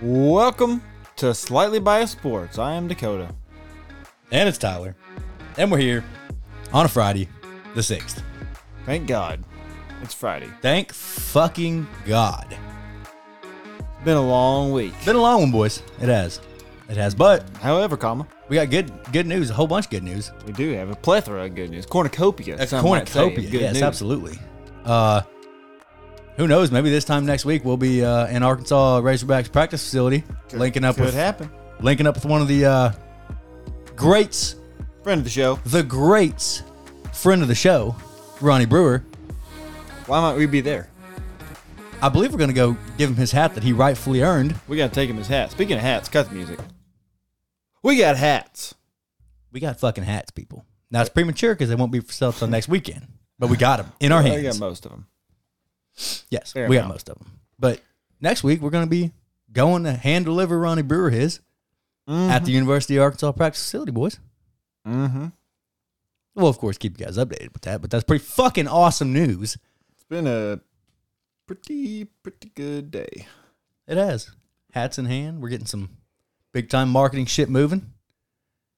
Welcome to Slightly Biased Sports. I am Dakota. And it's Tyler. And we're here on a Friday, the 6th. Thank God. It's Friday. Thank fucking God. Been a long week. Been a long one, boys. It has. It has. But However, comma, we got good good news, a whole bunch of good news. we do have a plethora of good news. Cornucopia. A some might say, of cornucopia. good Yes, news. absolutely. Uh who knows? Maybe this time next week we'll be uh, in Arkansas Razorbacks practice facility, linking up Could with happen. linking up with one of the uh, greats, Friend of the show. the greats, friend of the show, Ronnie Brewer. Why might we be there? I believe we're going to go give him his hat that he rightfully earned. We got to take him his hat. Speaking of hats, cut the music. We got hats. We got fucking hats, people. Now it's premature because they won't be for sale till next weekend, but we got them in our I got hands. most of them. Yes, Fair we got amount. most of them. But next week we're going to be going to hand deliver Ronnie Brewer his at the University of Arkansas practice facility, boys. Mm-hmm. Well, of course, keep you guys updated with that. But that's pretty fucking awesome news. It's been a pretty, pretty good day. It has hats in hand. We're getting some big time marketing shit moving.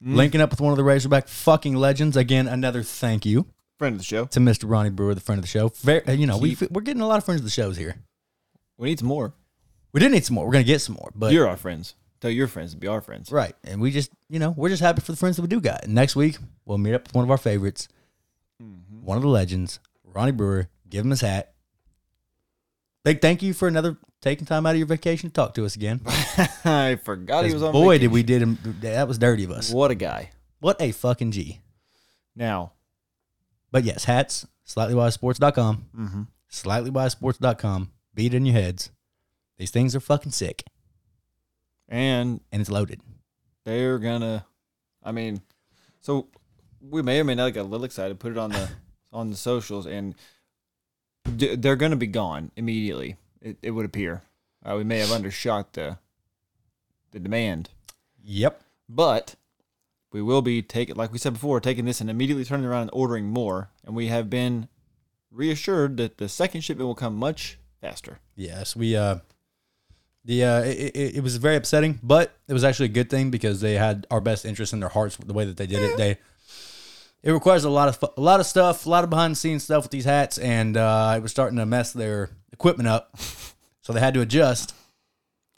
Mm. Linking up with one of the Razorback fucking legends again. Another thank you Friend of the show. to Mr. Ronnie Brewer, the friend of the show. Very, you know, we we're getting a lot of friends of the shows here. We need some more. We did need some more. We're gonna get some more, but You're our friends. Tell your friends to be our friends. right. And we just, you know, we're just happy for the friends that we do got. And next week we'll meet up with one of our favorites, Mm-hmm. one of the legends, Ronnie Brewer. Give him his hat. Big thank you for another taking time out of your vacation to talk to us again. I forgot he was on. Boy, vacation. did we did him. That was dirty of us. What a guy. What a fucking G. Now, But yes, hats, slightlywisesports.com, mm-hmm. slightlywisesports.com. Beat it in your heads. These things are fucking sick and and it's loaded. they're gonna. I mean, so we may or may not get a little excited. Put it on the on the socials, and d- they're gonna be gone immediately. It, it would appear. Uh, we may have undershot the the demand, Yep. but we will be taking, like we said before, taking this and immediately turning around and ordering more. And we have been reassured that the second shipment will come much faster. Yes, we uh the uh it, it, it was very upsetting, but it was actually a good thing because they had our best interest in their hearts with the way that they did it. They it requires a lot of fu- a lot of stuff, a lot of behind the scenes stuff with these hats and uh it was starting to mess their equipment up. So they had to adjust.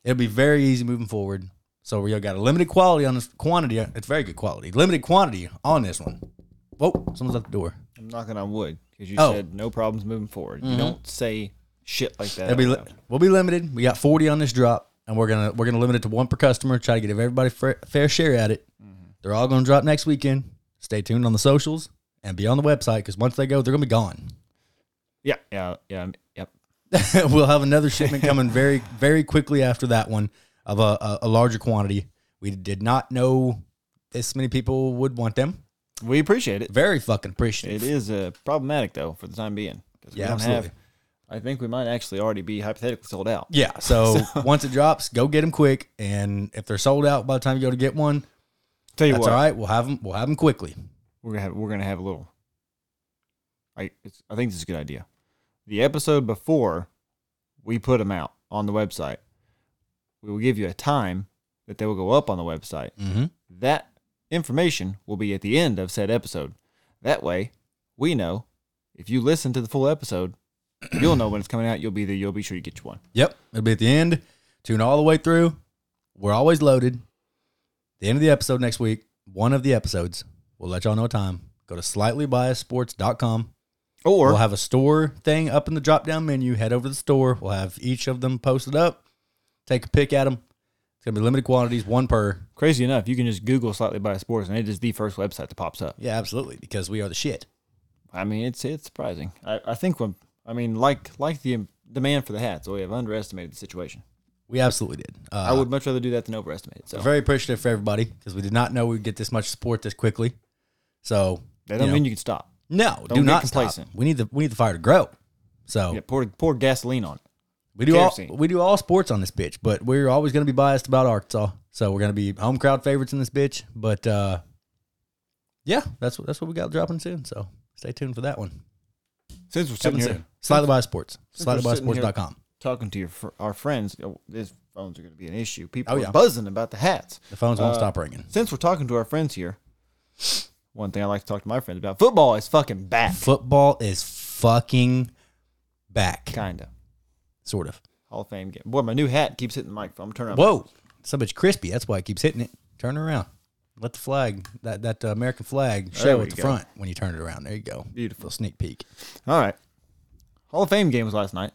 It'll be very easy moving forward. So we got a limited quality on this quantity. It's very good quality. Limited quantity on this one. Whoa, someone's at the door. I'm knocking on wood because you Oh. said no problems moving forward. You don't say shit like that. It'll be out li- loud. we'll be limited. We got 40 on this drop, and we're gonna we're gonna limit it to one per customer. Try to get everybody fair, fair share at it. Mm-hmm. They're all gonna drop next weekend. Stay tuned on the socials and be on the website because once they go, they're gonna be gone. yeah, yeah, yeah, I'm- yep. we'll have another shipment coming very very quickly after that one of a, a, a larger quantity. We did not know this many people would want them. We appreciate it. Very fucking appreciative. It is uh, problematic though for the time being. 'cause we Yeah, don't have- absolutely. I think we might actually already be hypothetically sold out. Yeah. So, once it drops, go get them quick. And if they're sold out by the time you go to get one, Tell you that's what, all right. We'll have them. We'll have them quickly. we're gonna have we're gonna have a little. I it's, I think this is a good idea. The episode before we put them out on the website, we will give you a time that they will go up on the website. Mm-hmm. That information will be at the end of said episode. That way, we know if you listen to the full episode, you'll know when it's coming out. You'll be there. You'll be sure you get your one. Yep. It'll be at the end. Tune all the way through. We're always loaded. The end of the episode next week, one of the episodes. We'll let y'all know what time. Go to slightlybiasedsports.com. Or We'll have a store thing up in the drop down menu. Head over to the store. We'll have each of them posted up. Take a pick at them. It's going to be limited quantities, one per. crazy enough, you can just Google "slightly by sports" and it is the first website that pops up. Yeah, absolutely. Because we are the shit. I mean, it's it's surprising. I, I think when I mean like like the demand for the hats, oh, we have underestimated the situation. We absolutely did. Uh, I would much rather do that than overestimate it. So Very appreciative for everybody because we did not know we'd get this much support this quickly. So, that you don't know. mean you can stop. No, Don't do get not complacent. stop. We need the we need the fire to grow. So Yeah, pour pour gasoline on it. we do Kerosene. all we do all sports on this bitch, but we're always going to be biased about Arkansas. So we're going to be home crowd favorites in this bitch. But uh, yeah, that's what that's what we got dropping soon. So stay tuned for that one. Since we're sitting Coming here soon. Slightly biased sports. we're Slightly biased sitting here- sports.com. talking to your fr- our friends, you know, this phones are going to be an issue. People Oh, are yeah. buzzing about the hats. The phones won't Uh, stop ringing. Since we're talking to our friends here, one thing I like to talk to my friends about football is fucking back. Football is fucking back, Kinda sort of. Hall of Fame game. Boy, my new hat keeps hitting the microphone. I'm turning up. Whoa, so much crispy. That's why it keeps hitting it. Turn it around. Let the flag, that that uh, American flag, show we at the go. front when you turn it around. There you go. Beautiful. Little sneak peek. All right. Hall of Fame game was last night.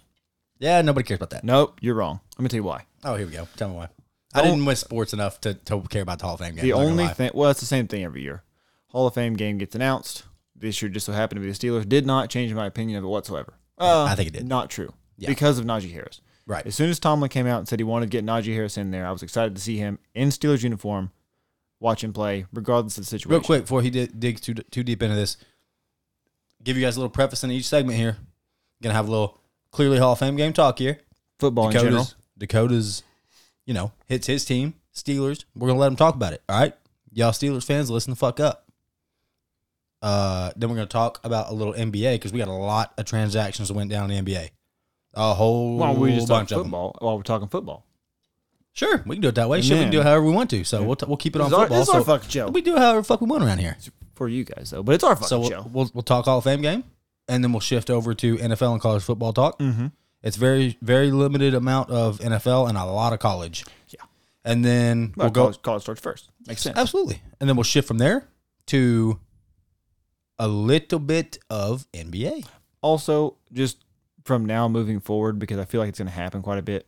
Yeah, nobody cares about that. Nope, you're wrong. Let me tell you why. Oh, here we go. Tell me why. I didn't miss sports enough to, to care about the Hall of Fame game. The I'm not gonna only lie. thing, well, it's the same thing every year. Hall of Fame game gets announced. This year just so happened to be the Steelers. Did not change my opinion of it whatsoever. Uh, I think it did. Not true. Yeah. Because of Najee Harris. Right. As soon as Tomlin came out and said he wanted to get Najee Harris in there, I was excited to see him in Steelers uniform, watch him play, regardless of the situation. Real quick, before he dig, digs too too deep into this, give you guys a little preface in each segment here. Gonna have a little clearly Hall of Fame game talk here. Football in general. Dakota's, Dakota's, you know, hits his team, Steelers. We're gonna let him talk about it. All right, y'all Steelers fans, listen the fuck up. Uh, then we're gonna talk about a little NBA because we got a lot of transactions that went down in the NBA. A whole Why don't we just talk bunch of them. football while we're talking football? Sure, we can do it that way. Sure, we can then- do it however we want to. So we'll, t- we'll keep it on It's our- football. it's our So fucking show. We do it however the fuck we want around here. For you guys, though. But it's our fucking So show. we'll, we'll we'll talk Hall of Fame game, and then we'll shift over to NFL and college football talk. Mm-hmm. It's very very limited amount of NFL and a lot of college. Yeah. and then Well, we'll go college, college starts first. Makes sense. absolutely, and then we'll shift from there to a little bit of NBA. also just from now moving forward because I feel like it's going to happen quite a bit.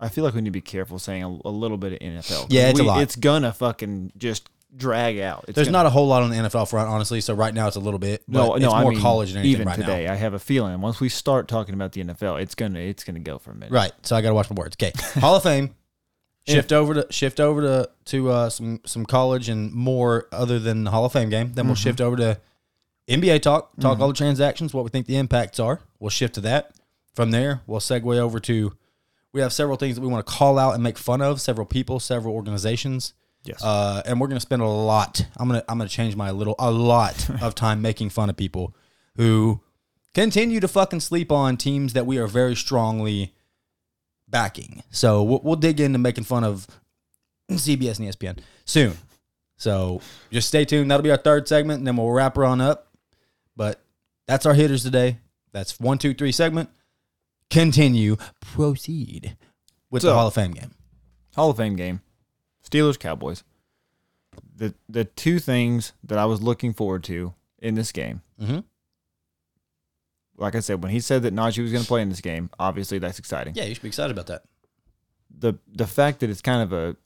I feel like we need to be careful saying a, a little bit of NFL. 'cause Yeah, it's a we- lot. It's gonna fucking just drag out. It's There's gonna, not a whole lot on the NFL front, honestly. So right now it's a little bit. But no, it's no. more I mean, college than anything even right now. today, I have a feeling once we start talking about the NFL, it's gonna it's gonna go for a minute. Right. So I got to watch my words. Okay. Hall of Fame. Shift over to shift over to to uh, some some college and more other than the Hall of Fame game. Then we'll shift over to NBA talk. Talk all the transactions, what we think the impacts are. We'll shift to that. From there, we'll segue over to. We have several things that we want to call out and make fun of. Several people, several organizations. Yes. Uh, and we're gonna spend a lot. I'm gonna I'm gonna change my little a lot of time making fun of people who continue to fucking sleep on teams that we are very strongly backing. So we'll, we'll dig into making fun of CBS and E ESPN soon. So just stay tuned. That'll be our third segment, and then we'll wrap her on up. But that's our hitters today. That's one, two, three segment. Continue. Proceed with the So- Hall of Fame game. Hall of Fame game, Steelers Cowboys. The the two things that I was looking forward to in this game. Mhm. Like I said, when he said that Najee was going to play in this game, obviously that's exciting. Yeah, you should be excited about that. the the fact that it's kind of a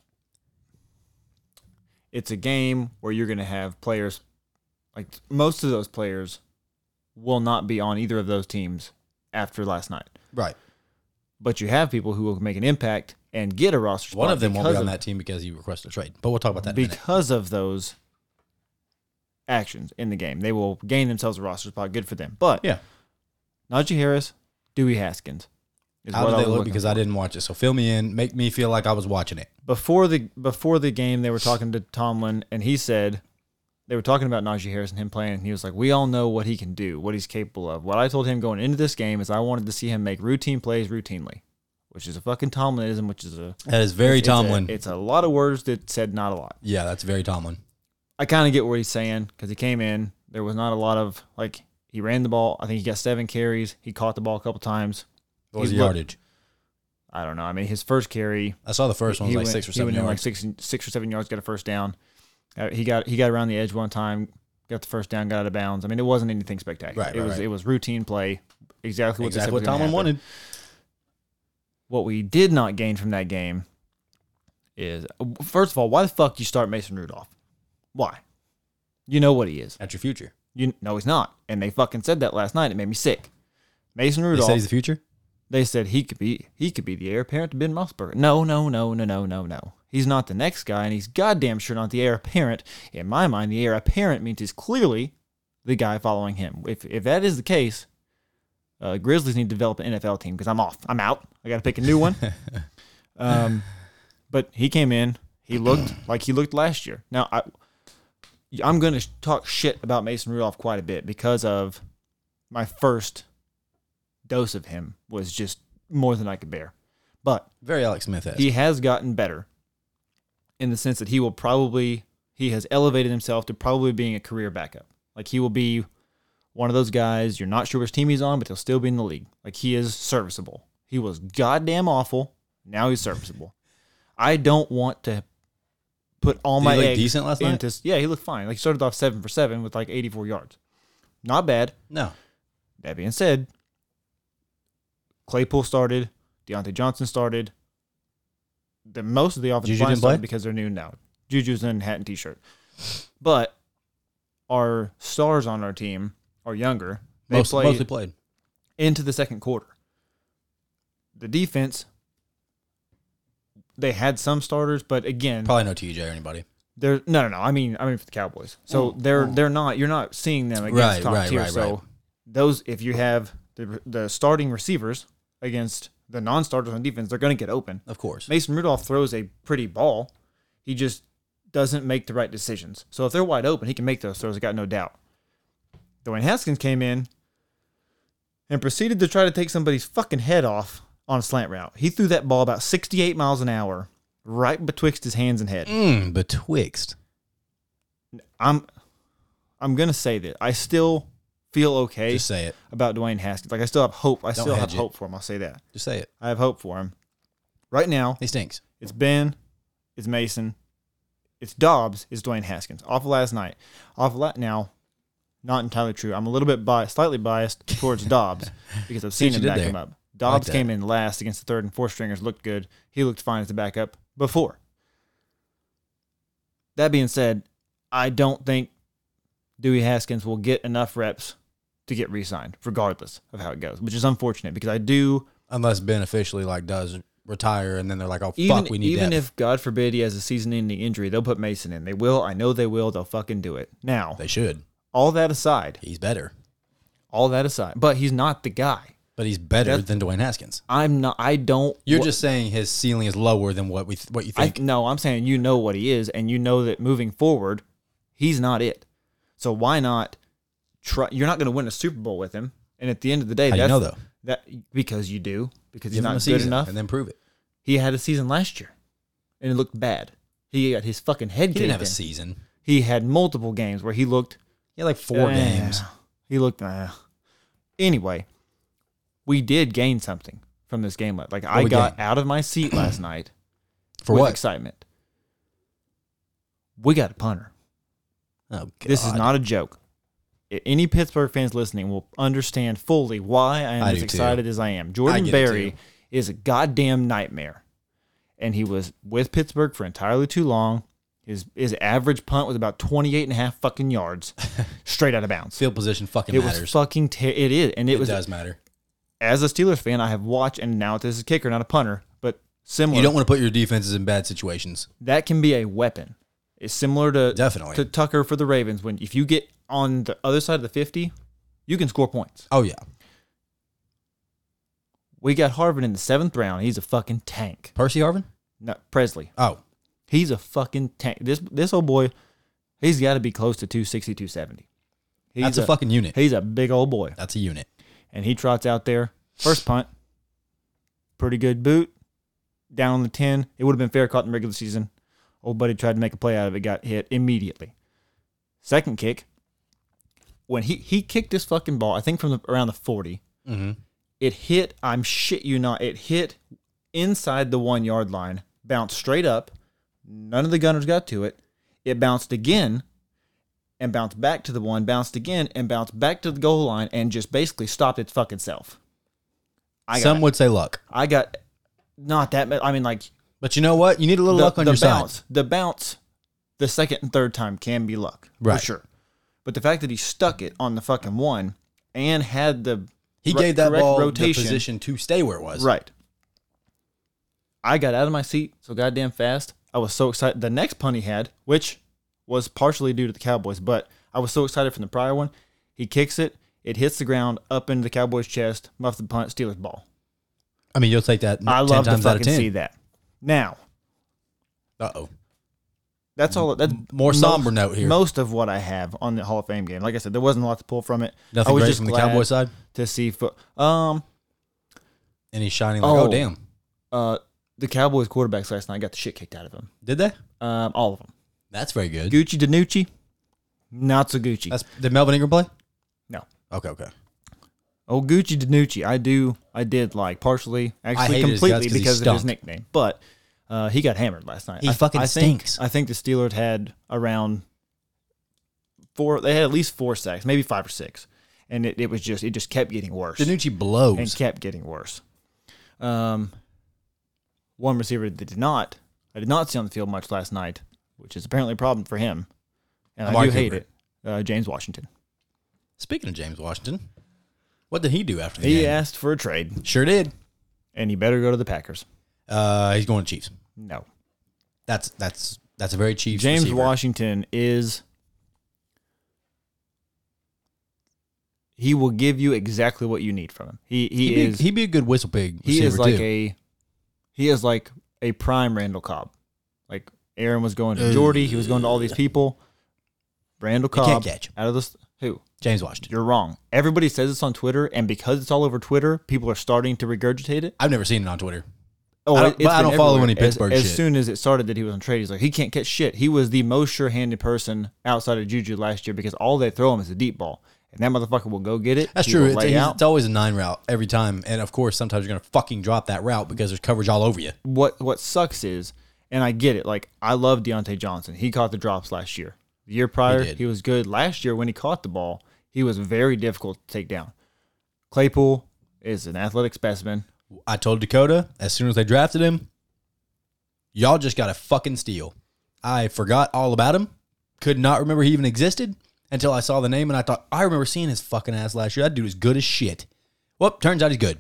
it's a game where you're going to have players like most of those players will not be on either of those teams after last night. Right. But you have people who will make an impact and get a roster spot One of them won't be because on of- that team because you requested a trade. But we'll talk about that in a minute. because of those actions in the game. They will gain themselves a roster spot. Good for them. But Yeah. Najee Harris, Dewey Haskins. is How what did I they was look? looking Because I didn't watch it. So fill me in. Make me feel like I was watching it. before the before the game, they were talking to Tomlin, and he said they were talking about Najee Harris and him playing. And he was like, "We all know what he can do, what he's capable of." What I told him going into this game is I wanted to see him make routine plays routinely, which is a fucking Tomlinism, which is a That is very it's a- Tomlin. it's a lot of words that said not a lot. yeah, that's very Tomlin. I kind of get what he's saying because he came in. There was not a lot of like he ran the ball. I think he got seven carries. He caught the ball a couple times. What was He's the look- yardage? I don't know. I mean, his first carry, I saw the first one was he like went- six or he seven went in yards. like six, six or seven yards, got a first down. Uh, he got he got around the edge one time, got the first down, got out of bounds. I mean, it wasn't anything spectacular. Right, it right, was right. it was routine play, exactly what they said exactly was what gonna Tomlin happen. wanted. What we did not gain from that game is first of all, why the fuck do you start Mason Rudolph? Why? You know what he is. At your future. You no, he's not. And they fucking said that last night. It made me sick. Mason They Rudolph said he's the future? they said he could be he could be the heir apparent to Ben Roethlisberger. No, no, no, no, no, no, no. He's not the next guy, and he's goddamn sure not the heir apparent. In my mind, the heir apparent means he's clearly the guy following him. If if that is the case, uh, Grizzlies need to develop an NFL team because I'm off. I'm out. I got to pick a new one. um, but he came in. He looked like he looked last year. Now I, I'm going to talk shit about Mason Rudolph quite a bit because of my first dose of him was just more than I could bear. But Very Alex Smith esque. he has gotten better in the sense that he will probably he has elevated himself to probably being a career backup. Like he will be one of those guys you're not sure which team he's on, but he'll still be in the league. Like he is serviceable. He was goddamn awful. Now he's serviceable. I don't want to put all Did my he look eggs decent last night? into- Yeah, he looked fine. Like he started off seven for seven with like 84 yards. Not bad. No. That being said, Claypool started, Deontay Johnson started. The most of the offensive Juju line didn't started play? because they're new now. Juju's in hat and t-shirt, but our stars on our team are younger. They Most, play mostly played. into the second quarter. The defense, they had some starters, but again, Probably no TJ or anybody. they're no, no, no. I mean, I mean for the Cowboys. So they're they're not. You're not seeing them against Oh, Right, top right, tier. right, so right. those, if you have the the starting receivers against the non-starters on defense, they're going to get open. Of course. Mason Rudolph throws a pretty ball. He just doesn't make the right decisions. So if they're wide open, he can make those throws. I got no doubt. Dwayne Haskins came in and proceeded to try to take somebody's fucking head off on a slant route. He threw that ball about 68 miles an hour right betwixt his hands and head. Mm, betwixt. I'm I'm gonna say that I still feel okay Just say it. about Dwayne Haskins. Like I still have hope. I still have hedge it. hope for him. I'll say that. Just say it. I have hope for him. Right now, He stinks. it's Ben, it's Mason, it's Dobbs, it's Dwayne Haskins. Off of last night. Off of la- now, not entirely true. I'm a little bit biased, slightly biased towards Dobbs because I've See what seen him you did back there. him up. Dobbs that. came in last against the third and fourth stringers, looked good. He looked fine as the backup before. That being said, I don't think Dewey Haskins will get enough reps to get re signed, regardless of how it goes, which is unfortunate because I do Unless Ben officially like does retire and then they're like, oh even, fuck, we need even depth. if God forbid he has a season-ending injury, they'll put Mason in. They will. I know they will. They'll fucking do it. Now, they should. all that aside, He's better. all that aside, but he's not the guy. But he's better than Dwayne Haskins. I'm not. I don't. You're wha- just saying his ceiling is lower than what we th- what you I, think. no, I'm saying you know what he is, and you know that moving forward, he's not it. So why not try? You're not going to win a Super Bowl with him. And at the end of the day, How do you that's know, though? that because you do because he's Give him not a good season enough. and then prove it. He had a season last year, and it looked bad. He got his fucking head. He didn't have caved a in. season. He had multiple games where he looked He had like four Eh, games. He looked. eh. Anyway, we did gain something from this game. Like I we got gain? out of my seat last night For with what? excitement. We got a punter. Oh, This is God. not a joke. I- Any Pittsburgh fans listening will understand fully why I am I as do too. excited as I am. Jordan get it Berry too. is a goddamn nightmare, and he was with Pittsburgh for entirely too long. His his average punt was about 28 and a half fucking yards, straight out of bounds. field position fucking It was matters. fucking. Ter- it is, and it, it was. does matter. As a Steelers fan, I have watched, and now this is a kicker, not a punter, but similar. You don't want to put your defenses in bad situations. that can be a weapon. It's similar to Definitely. to Tucker for the Ravens. When if you get on the other side of the fifty, you can score points. Oh yeah, We got Harvin in the seventh round. He's a fucking tank. Percy Harvin. No, Presley. Oh, He's a fucking tank. This this old boy, he's got to be close to 260, 270. He's that's a, fucking unit. He's a big old boy. That's a unit. and he trots out there. First punt, pretty good boot, down on the 10. It would have been fair caught in regular season. Old buddy tried to make a play out of it, got hit immediately. Second kick, when he, he kicked this fucking ball, I think from the, around the 40, Mm-hmm. it hit, I'm shit you not, it hit inside the one yard line, bounced straight up. None of the gunners got to it. It bounced again and bounced back to the one, bounced again and bounced back to the goal line and just basically stopped its fucking self. I got, Some would say luck, I got not that, ma- I mean, like but you know what? You need a little luck on your bounce, side. The bounce, the second and third time can be luck, Right. For sure. But the fact that he stuck it on the fucking one and had the He ro- gave that correct ball the position to stay where it was. Right. I got out of my seat so goddamn fast. I was so excited. The next punt he had, which was partially due to the Cowboys, but I was so excited from the prior one. He kicks it. It hits the ground up into the Cowboys' chest, muffs the punt, Steelers ball. I mean, you'll take that. I ten love to times out of fucking ten. see that. Now, Uh oh. that's all. That's More most- somber note here. Most of what I have on the Hall of Fame game. Like I said, there wasn't a lot to pull from it. I Nothing was great just from the glad Cowboy side. to see. Fo- um, And he's shining like, oh, Oh. damn. Uh, the Cowboys quarterbacks last night got the shit kicked out of them. Did they? Um, all of them. That's very good. Gucci Danucci, not so Gucci. That's did Melvin Ingram play? No. Okay, okay. Oh, Gucci Danucci, I do, I did like partially, actually, hated his guts completely 'cause he because of his stunk. nickname. But uh, he got hammered last night. He fucking I stinks. Think, I think the Steelers had around four. They had at least four sacks, maybe five or six, and it, it was just it just kept getting worse Danucci and blows. kept getting worse. Um, one receiver that did not, I did not see on the field much last night, which is apparently a problem for him, and I Amari do hate Cooper. it. Uh, James Washington. Speaking of James Washington, what did he do after the He game? asked for a trade, Sure did. and he better go to the Packers. Uh, he's going to Chiefs. No. That's that's that's a very Chiefs. James receiver. Washington is. He will give you exactly what you need from him. He he He'd be, is he, he'd be a good whistle pig. is receiver, like too. a, he is like a prime Randall Cobb, like Aaron was going to Jordy, he was going to all these people. Randall Uh, You can't Cobb catch him. out of this who James Washington. you're wrong. Everybody says this on Twitter, and because it's all over Twitter, people are starting to regurgitate it. I've never seen it on Twitter. Oh, I don't- it- it's but I been don't follow everywhere. any As- Pittsburgh As, shit. soon as it started that he was on trade, he's like, he can't catch shit. He was the most sure-handed person outside of Juju last year because all they throw him is a deep ball, and that motherfucker will go get it. That's He true. will It's, lay he's- out. it's always a nine route every time, and of course, sometimes you're gonna fucking drop that route because there's coverage all over you. what what sucks is, and I get it. Like I love Deontay Johnson. He caught the drops last year. The year prior, did. he was good. Last year, when he caught the ball, he was very difficult to take down. Claypool is an athletic specimen. I told Dakota as soon as they drafted him, y'all just got a fucking steal. I forgot all about him, could not remember he even existed until I saw the name and I thought, I remember seeing his fucking ass last year. That dude is good as shit. Well, turns out he's good.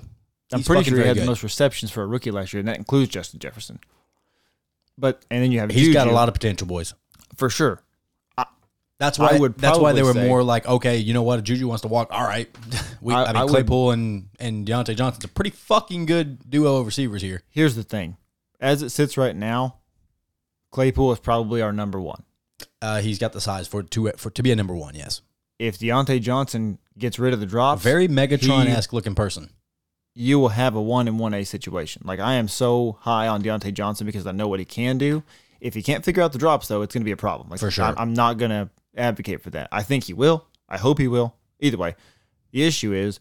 I'm He's pretty fucking sure he very had the good. most receptions for a rookie last year, and that includes Justin Jefferson. But and then you have He's Juju, got a lot of potential, boys. for sure. That's why. I would that's why they were probably say- more like, okay, you know what? If Juju wants to walk. All right, we, I, I- mean, I would- Claypool and and Deontay Johnson's a pretty fucking good duo of receivers here. Here's the thing, as it sits right now, Claypool is probably our number one. Uh, he's got the size for to for to be a number one. Yes, If Deontay Johnson gets rid of the a drops, very Megatron esque looking person. you will have a one and one A situation. Like I am so high on Deontay Johnson because I know what he can do. If he can't figure out the drops though, it's going to be a problem. Like For sure. I, am not going to advocate for that. I think he will. I hope he will. Either way, the issue is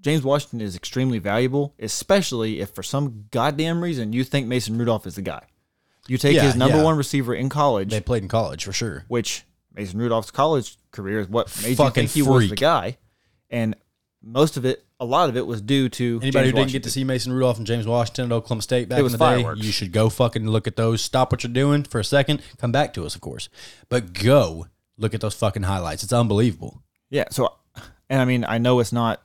James Washington is extremely valuable, especially if for some goddamn reason you think Mason Rudolph is the guy. You take Yeah, his number yeah. one receiver in college, They played in college for sure. which Mason Rudolph's college career is what made Fucking you think he was the freak. guy, and most of it, a lot of it, was due to Anybody James who didn't Washington. get to see Mason Rudolph and James Washington at Oklahoma State back It in was the fireworks. day, you should go fucking look at those. Stop what you're doing for a second. Come back to us, of course, but go look at those fucking highlights. It's unbelievable. Yeah. So, and I mean, I know it's not.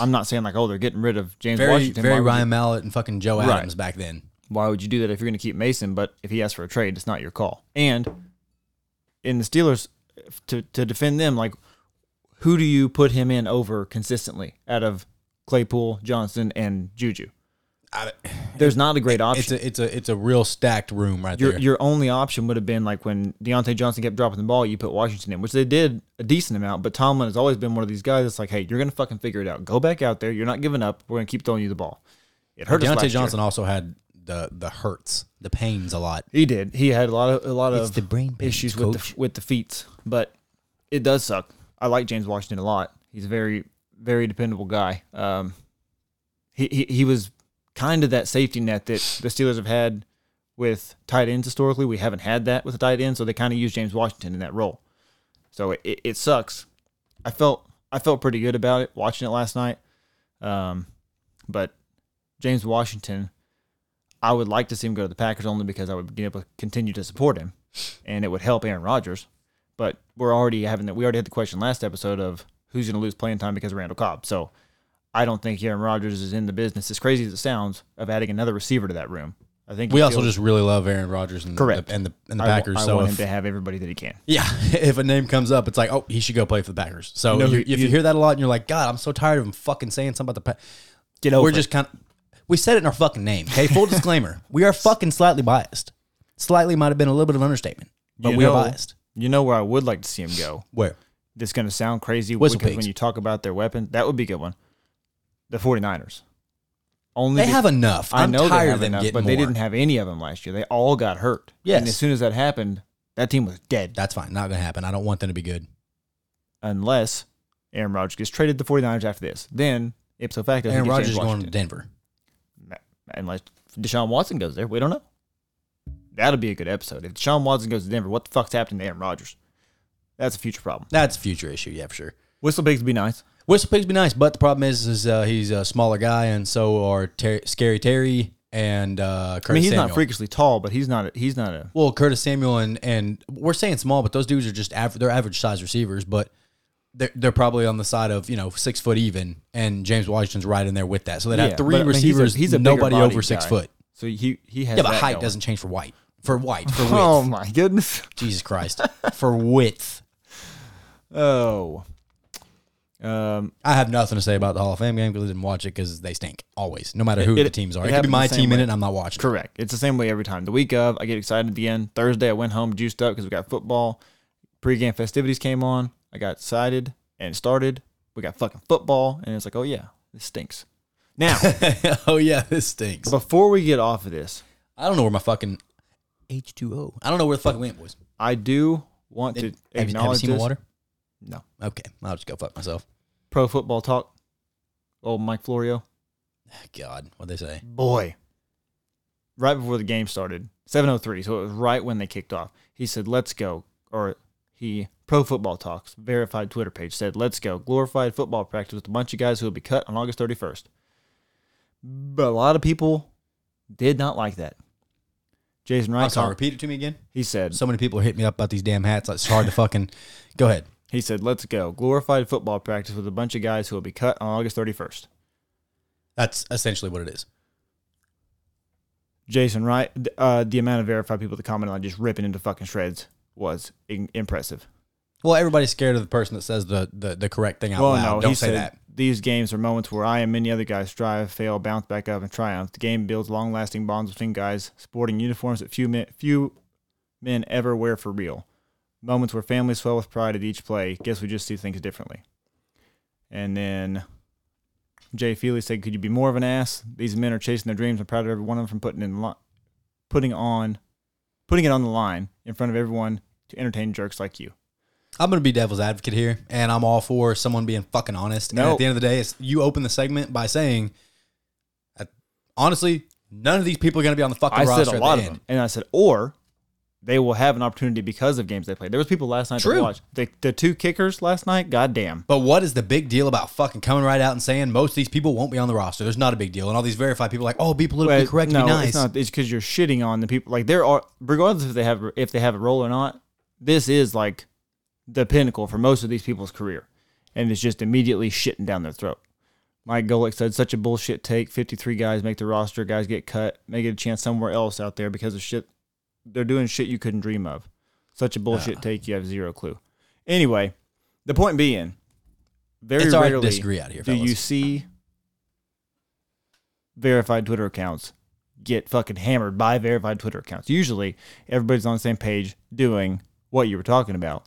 I'm not saying like, oh, they're getting rid of James Very Washington. very why, would Ryan Mallett and fucking Joe Right. Adams back then. you, why would you do that if you're going to keep Mason? But if he asks for a trade, it's not your call. And in the Steelers, to to defend them, like, who do you put him in over consistently out of Claypool, Johnson, and Juju? I- There's not a great It's option. a it's a it's a real stacked room right your there. your only option would have been like when Deontay Johnson kept dropping the ball, you put Washington in, which they did a decent amount. But Tomlin has always been one of these guys that's like, hey, you're gonna fucking figure it out. Go back out there. You're not giving up. We're gonna keep throwing you the ball. It hurt us last Deontay year. Johnson also had the the hurts, the pains a lot. He did. He had a lot of a lot It's of the brain pains, issues with coach. the with the feet, but it does suck. I like James Washington a lot. He's a very very dependable guy. Um, he he, he was kind of that safety net that the Steelers have had with tight ends historically. We haven't had that with a tight end, so they kind of used James Washington in that role. So it, it, it sucks. I felt I felt pretty good about it watching it last night. Um, but James Washington, I would like to see him go to the Packers only because I would be able to continue to support him, and it would help Aaron Rodgers. But we're already having that. We already had the question last episode of who's going to lose playing time because of Randall Cobb. So I don't think Aaron Rodgers is in the business, as crazy as it sounds, of adding another receiver to that room. I think We it also feels- just really love Aaron Rodgers and the- Correct. the, and the and the I wa- Packers. I so want if- him to have everybody that he can. Yeah, if a name comes up, it's like, oh, he should go play for the Packers. So You know you- who- if you, you- hear that a lot, and you're like, God, I'm so tired of him fucking saying something about the. Pa- Get over. We're it. just kind of, we said it in our fucking name. Okay, full disclaimer, we are fucking slightly biased. Slightly might have been a little bit of an understatement, but You we know- are biased. You know where I would like to see him go. Where That's going to sound crazy Whistle because pigs. when you talk about their weapon, that would be a good one. The 49ers. Only They be- have enough. I I'm know they tired have of them enough, getting but they more. didn't have any of them last year. They all got hurt. And Yes. as soon as that happened, that team was dead. That's fine. Not gonna happen. I don't want them to be good. Unless Aaron Rodgers gets traded to the 49ers after this, then ipso facto, he Aaron gets Rodgers James is going to Washington. Denver. Unless Deshaun Watson goes there, we don't know. That'll be a good episode. If Deshaun Watson goes to Denver, what the fuck's happening to Aaron Rodgers? That's a future problem. That's a future issue. Yeah, for sure. Whistle Bigs would be nice. Whistle Pigs be nice, but the problem is, is uh, he's a smaller guy, and so are Ter- Scary Terry and uh, Curtis I mean, he's Samuel. not freakishly tall, but he's not. A, he's not a. Well, Curtis Samuel and and we're saying small, but those dudes are just aver- they're average size receivers, but they're they're probably on the side of you know six foot even, and James Washington's right in there with that. So they would Yeah, have three but, I mean, he's a- receivers. he's a bigger nobody body over six guy. foot. So he he has. Yeah, but that height going. doesn't change for white for white for width. Oh my goodness. Jesus Christ, for width. Oh. Um, I have nothing to say about the Hall of Fame game because I didn't watch it because they stink always, no matter who It- the teams are. it It, could be happened my the same team in way. it, and I'm not watching. correct. It's the same way every time. The week of, I get excited at the end. Thursday, I went home juiced up because we got football. Pre-game festivities came on. I got excited and started. We got fucking football, and it's like, oh yeah, this stinks. Now, oh yeah, this stinks. before we get off of this, I don't know where my fucking H two O. I don't know where the fuck it went, boys. I do want to Have you- have, you, acknowledge seen my this. water? No. Okay, I'll just go fuck myself. Pro football talk. Old Mike Florio. God, what they say? boy, right before the game started, 7:03, so it was right when they kicked off. He said, "Let's go," or he Pro Football Talks verified Twitter page said, "Let's go." Glorified football practice with a bunch of guys who will be cut on August 31st. But a lot of people did not like that. Jason I'm Wright, sorry. Repeat it to me again. he said, So many people hit me up about these damn hats. It's hard to fucking. Go ahead. He said, "Let's go." Glorified football practice with a bunch of guys who will be cut on August 31st. That's essentially what it is. Jason Wright, th- uh, the amount of verified people that commented on just ripping into fucking shreds was in- impressive. Well, everybody's scared of the person that says the the, the correct thing out Well, loud. no, don't he say said that. these games are moments where I and many other guys strive, fail, bounce back up, and triumph. The game builds long-lasting bonds between guys, sporting uniforms that few men, few men ever wear for real. Moments where families swell with pride at each play. Guess we just see things differently. And then Jay Feely said, "Could you be more of an ass? These men are chasing their dreams. I'm proud of every one of them from putting in li- putting on, putting it on the line in front of everyone to entertain jerks like you." I'm going to be devil's advocate here, and I'm all for someone being fucking honest. And No. at the end of the day, it's, you open the segment by saying, uh, honestly, none of these people are going to be on the fucking I roster said a at lot the of end. them, and I said, or they will have an opportunity because of games they played. There was people last night True. that watched the the two kickers last night. Goddamn, But what is the big deal about fucking coming right out and saying most of these people won't be on the roster? There's not a big deal. And all these verified people are like, oh, be politically But correct, no, be nice. it's not. It's because you're shitting on the people. Like there are, regardless if they have if they have a role or not, this is like the pinnacle for most of these people's career, and it's just immediately shitting down their throat. Mike Golick said, "Such a bullshit take. Fifty-three guys make the roster. Guys get cut. May get a chance somewhere else out there because of shit. They're doing shit you couldn't dream of. Such a Ah. bullshit take. You have zero clue. Anyway, the point being, very It's all right to rarely disagree out here, do fellas. you see verified Twitter accounts get fucking hammered by verified Twitter accounts. Usually, everybody's on the same page doing what you were talking about,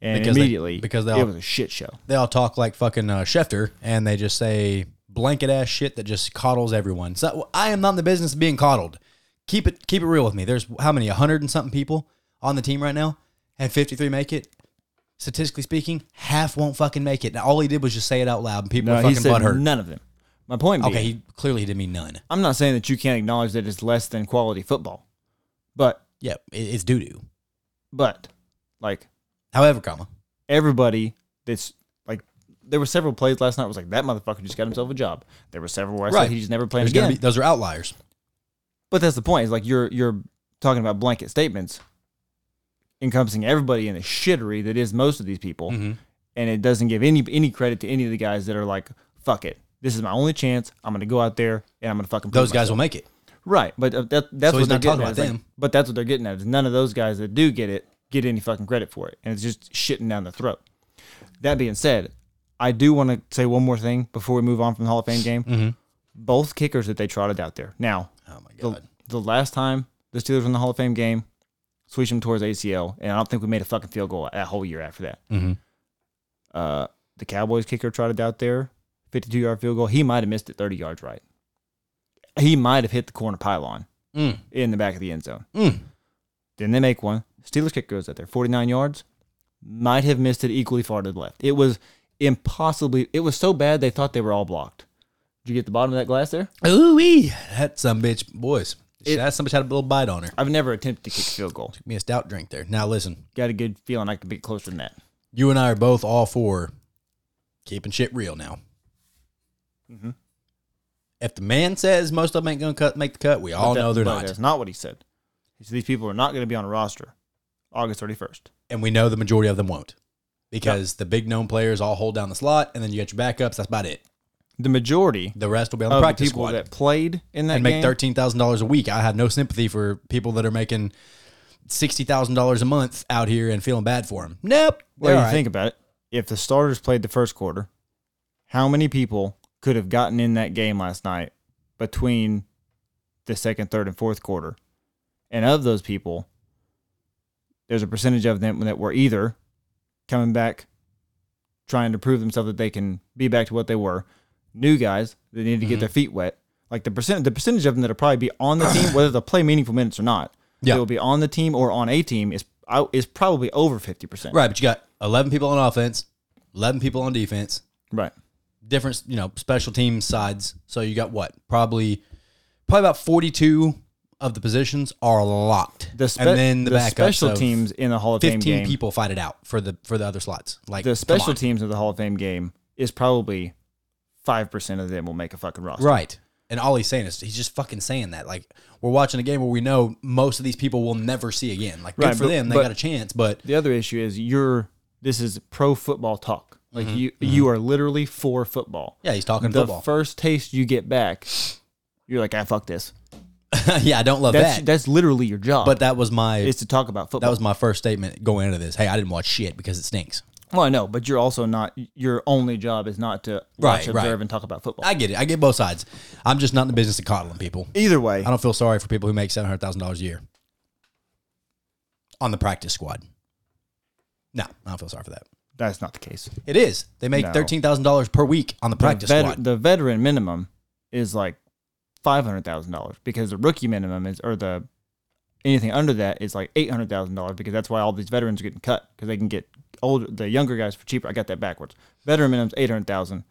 and Because they- immediately because they it all- was a shit show. they all talk like fucking uh, Schefter and they just say blanket ass shit that just coddles everyone. So I am not in the business of being coddled. Keep it keep it real with me. There's how many? A hundred and something people on the team right now, and fifty three make it. Statistically speaking, half won't fucking make it. Now, all he did was just say it out loud, and people No, are he fucking said butthurt. none of them. My point being, okay, he clearly didn't mean none. I'm not saying that you can't acknowledge that it's less than quality football, but Yeah, it, it's doo doo. but like However, comma. everybody that's like there were several plays last night. Was like that motherfucker just got himself a job. There were several where I Right. said he's never playing There's again. gonna be, those are outliers. But that's the point. Is like you're you're talking about blanket statements encompassing everybody in the shittery that is most of these people, Mm-hmm. and it doesn't give any any credit to any of the guys that are like, "Fuck it, this is my only chance. I'm gonna go out there and I'm gonna fucking." prove Those guys will make it. myself." right? But uh, that that's So what he's they're not getting talking at. about It's like- them. but that's what they're getting at. Is none of those guys that do get it get any fucking credit for it, and it's just shitting down the throat. That being said, I do want to say one more thing before we move on from the Hall of Fame game. Mm-hmm. Both kickers that they trotted out there. Now, Oh my the, god. the last time the Steelers won the Hall of Fame game, Swisham towards ACL, and I don't think we made a fucking field goal that whole year after that. Mhm. Uh, the Cowboys kicker trotted out there, 52 yard field goal. He might have missed it 30 yards right. he might have hit the corner pylon Mm. in the back of the end zone. Mm. Then they make one. Steelers kick goes out there, 49 yards. Might have missed it equally far to the left. It was impossibly, it was so bad they thought they were all blocked. Did you get the bottom of that glass there? Ooh wee, that some bitch, boys. It- that some bitch had a little bite on her. I've never attempted to kick a field goal. Me a stout drink there. Now listen, Got a good feeling I could be closer than that. you and I are both all for keeping shit real now. Mm-hmm. If the man says most of them ain't gonna cut, make the cut, we all But that- know Oh, they're but not, That's not what he said. He said these people are not going to be on a roster August 31st. and we know the majority of them won't, because the big known players all hold down the slot, and then you get your backups. That's about it. The majority The rest will be on the of the practice people squad that played in that and make game thirteen thousand dollars a week. I have no sympathy for people that are making sixty thousand dollars a month out here and feeling bad for them. Nope. Well, They're you all right. think about it. If the starters played the first quarter, how many people could have gotten in that game last night between the second, third, and fourth quarter? And of those people, there's a percentage of them that were either coming back, trying to prove themselves that they can be back to what they were, new guys that need to get Mm-hmm. their feet wet. Like the percent, the percentage of them that'll probably be on the team, whether they'll play meaningful minutes or not, Yeah. they will be on the team or on a team is I- is probably over fifty percent. Right, but you got 11 people on offense, 11 people on defense, Right. different, you know, special team sides. So you got what? Probably probably about 42 of the positions are locked. The spe- and then the, the backups special of teams in the Hall of Fame 15 game. people fight it out for the for the other slots. Like the come special on. teams of the Hall of Fame game is probably five percent of them will make a fucking roster. Right. And all he's saying is he's just fucking saying that. Like we're watching a game where we know most of these people will never see again. Like good Right, for but- them, they but- got a chance, but The other issue is you're this is pro football talk. Like you you are literally for football. Mm-hmm. yeah, he's talking the football. first taste you get back, you're like, ah, fuck this. yeah, I don't love That's that. that's literally your job. But that was my is to talk about that football. was my first statement going into this. Hey, I didn't watch shit because it stinks. well, I know, but you're also not. Your only job is not to Right, watch, right. observe, and talk about football. I get it. I get both sides. I'm just not in the business of coddling people. Either way, I don't feel sorry for people who make seven hundred thousand dollars a year on the practice squad. No, I don't feel sorry for that. that's not the case. It is. They make No. thirteen thousand dollars per week on the practice the, vet- squad. the veteran minimum is like five hundred thousand dollars because the rookie minimum is or the anything under that is like eight hundred thousand dollars because that's why all these veterans are getting cut because they can get older the younger guys for cheaper. I got that backwards. Veteran minimum's eight hundred thousand.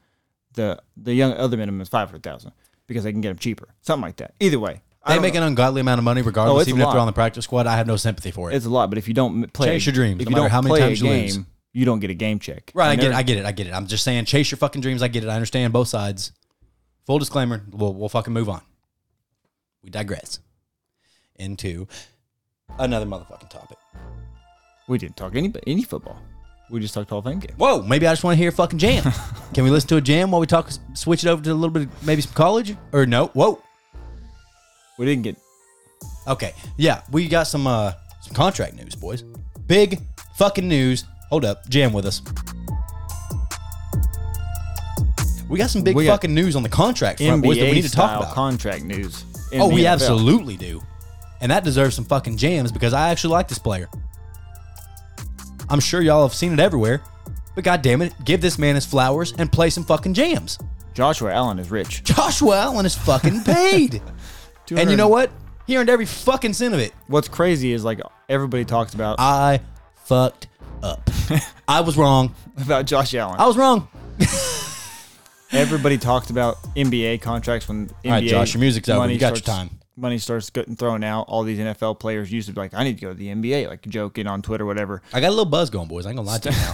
The the young other minimum is five hundred thousand because they can get them cheaper. Something like that. Either way, I They don't make know. an ungodly amount of money Oh, regardless, it's a even if they're lot. on the practice squad. I have no sympathy for it. it's a lot, but if you don't m- play, Chase your dreams, If no you matter don't how many play times a you game, lose. you don't get a game check. right, I And get it, they're- I get it, I get it. I'm just saying chase your fucking dreams, I get it. I understand both sides. Full disclaimer, we'll we'll fucking move on. We digress. Into another motherfucking topic. We didn't talk any any football. We just talked Hall of Fame game. Whoa, maybe I just want to hear a fucking jam. Can we listen to a jam while we talk? Switch it over to a little bit, of maybe some college or no? Whoa. We didn't get Okay, yeah, we got some uh some contract news, boys. Big fucking news. Hold up, jam with us. We got some big We got fucking news on the contract front, boys, that we NBA need to talk style about. contract news. in oh, the we NFL. absolutely do, and that deserves some fucking jams because I actually like this player. I'm sure y'all have seen it everywhere, but god damn it, give this man his flowers and play some fucking jams. Joshua Allen is rich. Joshua Allen is fucking paid. and you know what? He earned every fucking cent of it. What's crazy is like everybody talks about I fucked up. I was wrong. about Josh Allen. I was wrong. Everybody talks about NBA contracts when NBA right, Josh, your music's over. money You got your starts- time. Money starts getting thrown out. All these NFL players used to be like, I need to go to the NBA, like joking on Twitter, whatever. I got a little buzz going, boys. I ain't gonna lie to you now.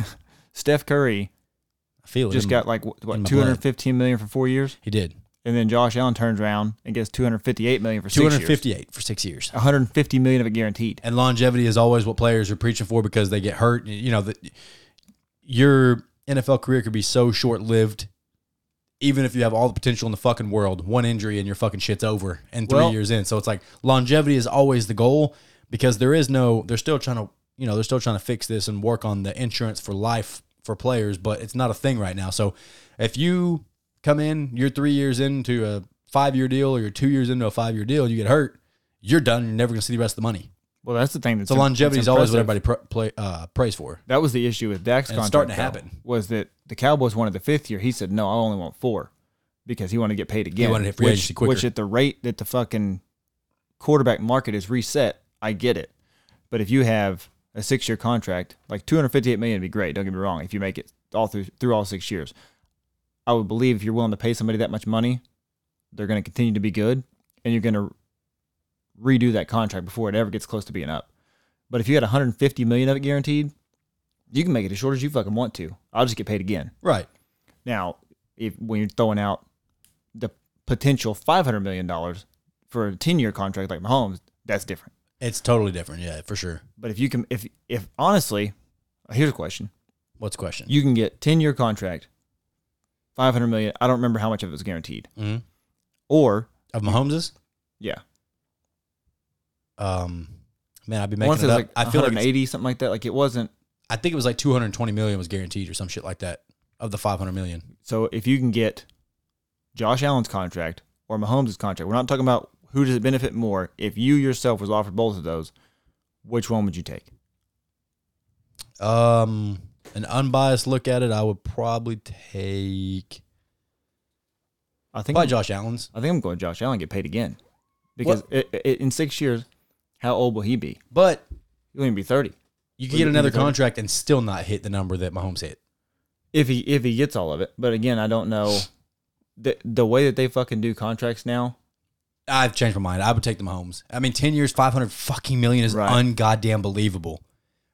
Steph Curry I feel it. just in- got like what, in what my blood. 215 million for four years, He did. and then Josh Allen turns around and gets 258 million for six years. 258 for six years. 150 million of it guaranteed. And longevity is always what players are preaching for because they get hurt. You know, that your NFL career could be so short lived. Even if you have all the potential in the fucking world, one injury and your fucking shit's over and three Well- years in. So it's like longevity is always the goal because there is no, they're still trying to, you know, they're still trying to fix this and work on the insurance for life for players, but it's not a thing right now. So if you come in, you're three years into a five year deal or you're two years into a five year deal, you get hurt, you're done. You're never going to see the rest of the money. Well, that's the thing. That's So longevity is that's always what impressive. everybody pr- play, uh, prays for. That was the issue with Dak's And it's contract. starting to though, happen. Was that the Cowboys wanted the fifth year? He said, "No, I only want four because he wanted to get paid again. wanted to hit free which, agency quicker. Which at the rate that the fucking quarterback market is reset, I get it. But if you have a six year contract, like two hundred fifty eight million would be great. Don't get me wrong. If you make it all through through all six years, I would believe if you're willing to pay somebody that much money, they're going to continue to be good, and you're going to redo that contract before it ever gets close to being up. But if you had 150 million of it guaranteed, you can make it as short as you fucking want to. I'll just get paid again. Right. Now, if when you're throwing out the potential 500 million dollars for a 10 year contract like Mahomes, that's different. It's totally different. Yeah, for sure. But if you can, if if honestly, here's a question: What's the question? You can get 10 year contract, 500 million. I don't remember how much of it was guaranteed. Mhm. Or of Mahomes's? yeah, Um, man, I'd be I making want it to say it was up. like I feel like it's- 180 something like that. Like it wasn't. I think it was like 220 million was guaranteed or some shit like that of the 500 million. So if you can get Josh Allen's contract or Mahomes' contract, we're not talking about who does it benefit more. If you yourself was offered both of those, which one would you take? Um, an unbiased look at it, I would probably take I think probably Josh Allen's. I think I'm going Josh Allen get paid again because it, it, in six years, how old will he be? But He'll even be thirty you Well, could get you- another you think- contract and still not hit the number that Mahomes hit. if he if he gets all of it. But again, I don't know the the way that they fucking do contracts now. I've changed my mind. I would take the Mahomes. I mean, 10 years, 500 fucking million is Right. ungoddamn believable.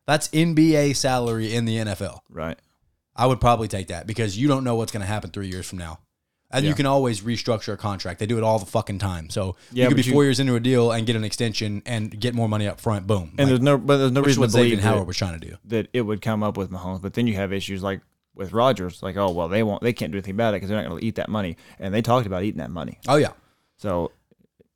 That's NBA salary in the NFL. Right. I would probably take that because you don't know what's going to happen three years from now. And you Yeah. can always restructure a contract. They do it all the fucking time. So Yeah, you could be but you- four years into a deal and get an extension and get more money up front. Boom. And like, there's no but there's no which is reason to what Xavier believe that, Howard was trying to do. that it would come up with Mahomes. But then you have issues like with Rodgers, like oh well they won't they can't do anything about it because they're not going to eat that money. And they talked about eating that money. Oh yeah, So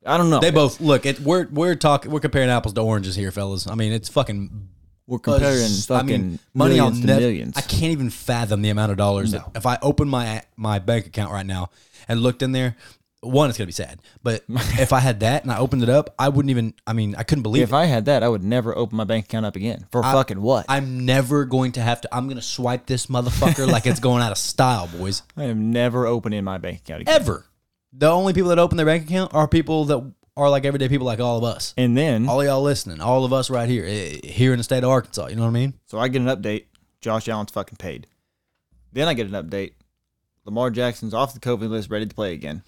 I don't know. they both look. It, we're we're talking. We're comparing apples to oranges here, fellas. I mean, it's fucking. We're comparing buzz- fucking money I'll millions to nev- millions. I can't even fathom the amount of dollars. that- if I open my my bank account right now and looked in there, one, it's gonna be sad. But if I had that and I opened it up, I wouldn't even. I mean, I couldn't believe. if I had that, I would never open my bank account up again for fucking what? I'm never going to have to. I'm gonna swipe this motherfucker like it's going out of style, boys. I am never opening my bank account again. Ever. The only people that open their bank account are people that are like everyday people, like all of us. And then, All y'all listening, all of us right here, eh, here in the state of Arkansas. You know what I mean? so I get an update. Josh Allen's fucking paid. Then I get an update. Lamar Jackson's off the COVID list, ready to play again.